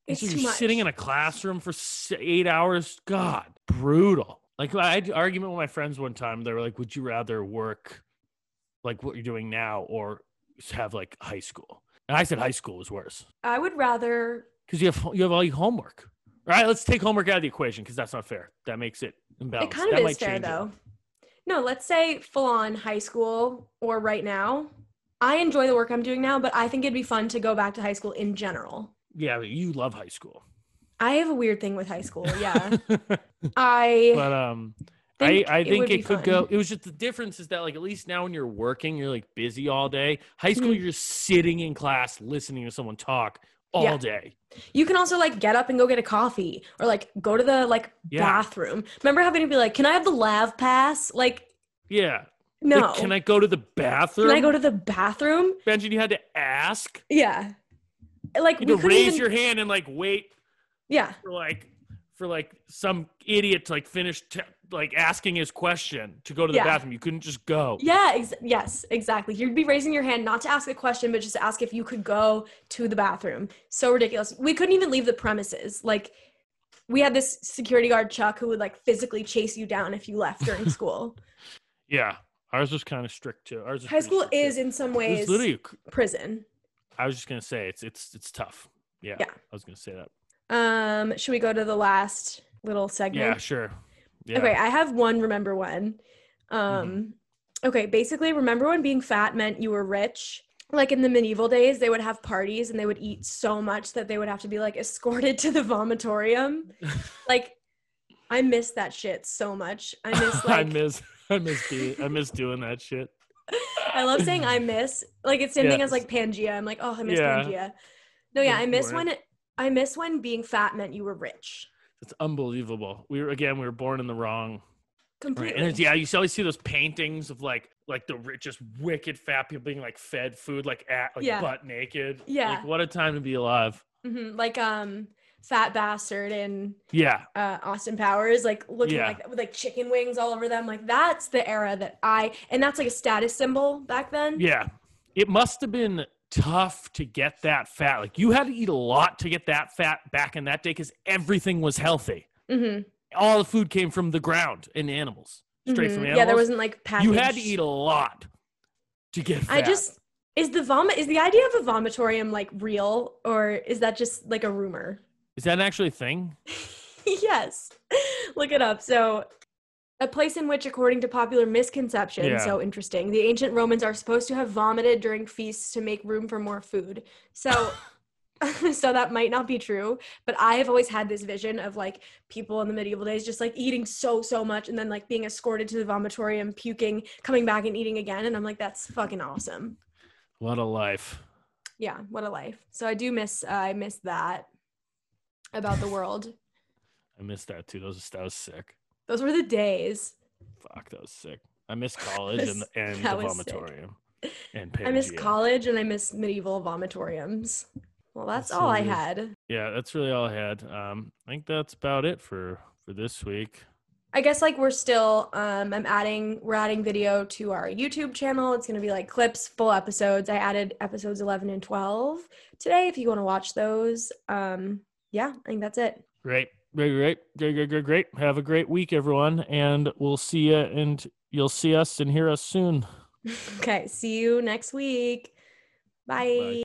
[SPEAKER 4] And
[SPEAKER 3] it's
[SPEAKER 4] so
[SPEAKER 3] too
[SPEAKER 4] you're
[SPEAKER 3] much.
[SPEAKER 4] sitting in a classroom for s- eight hours. God, brutal. Like I had an argument with my friends one time. They were like, "Would you rather work like what you're doing now, or have like high school?" And I said high school was worse
[SPEAKER 3] I would rather.
[SPEAKER 4] because you have ho- you have all your homework. All right, let's take homework out of the equation because that's not fair. That makes it imbalanced.
[SPEAKER 3] it kind
[SPEAKER 4] that
[SPEAKER 3] of
[SPEAKER 4] might
[SPEAKER 3] is fair
[SPEAKER 4] change it.
[SPEAKER 3] though. No, let's say full on high school or right now. I enjoy the work I'm doing now, but I think it'd be fun to go back to high school in general.
[SPEAKER 4] Yeah, but you love high school,
[SPEAKER 3] I have a weird thing with high school. Yeah.
[SPEAKER 4] but
[SPEAKER 3] I
[SPEAKER 4] um,
[SPEAKER 3] think
[SPEAKER 4] I I think
[SPEAKER 3] would
[SPEAKER 4] it,
[SPEAKER 3] be
[SPEAKER 4] could
[SPEAKER 3] fun.
[SPEAKER 4] go. It was just the difference is that like at least now when you're working, you're like busy all day. High school,
[SPEAKER 3] Mhm.
[SPEAKER 4] you're just sitting in class listening to someone talk all
[SPEAKER 3] Yeah.
[SPEAKER 4] day.
[SPEAKER 3] You can also like get up and go get a coffee or like go to the like
[SPEAKER 4] Yeah.
[SPEAKER 3] bathroom. Remember having to be like, can I have the lav pass? Like,
[SPEAKER 4] Yeah.
[SPEAKER 3] no.
[SPEAKER 4] Like, can I go to the bathroom?
[SPEAKER 3] Can I go to the bathroom?
[SPEAKER 4] Benji, you had to ask.
[SPEAKER 3] Yeah. Like
[SPEAKER 4] You
[SPEAKER 3] we
[SPEAKER 4] had to
[SPEAKER 3] couldn't
[SPEAKER 4] raise
[SPEAKER 3] even,
[SPEAKER 4] your hand and like wait
[SPEAKER 3] yeah.
[SPEAKER 4] for like for like some idiot to like finish t- like asking his question to go to the
[SPEAKER 3] Yeah.
[SPEAKER 4] bathroom. You couldn't just go.
[SPEAKER 3] Yeah, ex- yes, exactly. You'd be raising your hand not to ask a question, but just to ask if you could go to the bathroom. So ridiculous. We couldn't even leave the premises. Like, we had this security guard, Chuck, who would like physically chase you down if you left during school.
[SPEAKER 4] Yeah. Ours was kind of strict too. Ours was
[SPEAKER 3] High
[SPEAKER 4] pretty
[SPEAKER 3] school
[SPEAKER 4] strict, too.
[SPEAKER 3] is, in some
[SPEAKER 4] It was
[SPEAKER 3] ways,
[SPEAKER 4] literally a c-
[SPEAKER 3] prison.
[SPEAKER 4] I was just gonna say it's it's it's tough. Yeah.
[SPEAKER 3] Yeah.
[SPEAKER 4] I was gonna say that.
[SPEAKER 3] Um, should we go to the last little segment?
[SPEAKER 4] Yeah, sure. Yeah.
[SPEAKER 3] Okay, I have one remember one. Um
[SPEAKER 4] Mm-hmm.
[SPEAKER 3] okay, basically remember when being fat meant you were rich? Like in the medieval days, they would have parties and they would eat so much that they would have to be like escorted to the vomitorium. like I miss that shit so much. I miss
[SPEAKER 4] I
[SPEAKER 3] like I,
[SPEAKER 4] miss I miss be, I miss doing that shit.
[SPEAKER 3] love saying I miss. Like it's same thing as
[SPEAKER 4] Yes.
[SPEAKER 3] like Pangea. I'm like, "Oh, I miss
[SPEAKER 4] Yeah.
[SPEAKER 3] Pangea." No, yeah,
[SPEAKER 4] Yeah,
[SPEAKER 3] I
[SPEAKER 4] you
[SPEAKER 3] miss
[SPEAKER 4] were.
[SPEAKER 3] when it, I miss when being fat meant you were rich.
[SPEAKER 4] It's unbelievable. We were again we were born in the wrong. Right.
[SPEAKER 3] Completely.
[SPEAKER 4] And it's, yeah, you always see those paintings of like like the rich, just wicked fat people being like fed food like at like
[SPEAKER 3] Yeah.
[SPEAKER 4] butt naked.
[SPEAKER 3] Yeah.
[SPEAKER 4] Like what a time to be alive.
[SPEAKER 3] hmm Mm-hmm, Like um fat bastard and
[SPEAKER 4] Yeah.
[SPEAKER 3] uh, Austin Powers, like looking
[SPEAKER 4] Yeah.
[SPEAKER 3] like that with like chicken wings all over them. Like that's the era that I and that's like a status symbol back then.
[SPEAKER 4] Yeah. It must have been tough to get that fat. Like you had to eat a lot to get that fat back in that day because everything was healthy.
[SPEAKER 3] Mhm.
[SPEAKER 4] All the food came from the ground and animals, straight
[SPEAKER 3] Mhm.
[SPEAKER 4] from animals.
[SPEAKER 3] Yeah, there wasn't like packaged.
[SPEAKER 4] you had to eat a lot to get fat.
[SPEAKER 3] I just is the vomit is the idea of a vomitorium like real or is that just like a rumor?
[SPEAKER 4] is that actually a thing?
[SPEAKER 3] yes. Look it up. So, a place in which, according to popular misconception,
[SPEAKER 4] Yeah.
[SPEAKER 3] so interesting, the ancient Romans are supposed to have vomited during feasts to make room for more food. So, so that might not be true, but I have always had this vision of like people in the medieval days just like eating so so much and then like being escorted to the vomitorium, puking, coming back and eating again, and I'm like, that's fucking awesome.
[SPEAKER 4] What a life.
[SPEAKER 3] Yeah, what a life. So I do miss uh, I miss that about the world.
[SPEAKER 4] I missed that too. That was, that was sick.
[SPEAKER 3] Those were the days.
[SPEAKER 4] Fuck, that was sick. I missed college and, and the
[SPEAKER 3] that was sick.
[SPEAKER 4] vomitorium. And
[SPEAKER 3] I miss
[SPEAKER 4] Pangea.
[SPEAKER 3] college and I miss medieval vomitoriums. Well, that's,
[SPEAKER 4] That's
[SPEAKER 3] all
[SPEAKER 4] so
[SPEAKER 3] I
[SPEAKER 4] weird.
[SPEAKER 3] had.
[SPEAKER 4] Yeah, that's really all I had. Um, I think that's about it for for this week.
[SPEAKER 3] I guess like we're still um I'm adding we're adding video to our YouTube channel. It's going to be like clips, full episodes. I added episodes 11 and 12 today if you want to watch those. Um yeah, I think that's it.
[SPEAKER 4] Great, great, great, great, great, great, great. Have a great week, everyone, and we'll see you and you'll see us and hear us soon.
[SPEAKER 3] okay, see you next week. Bye.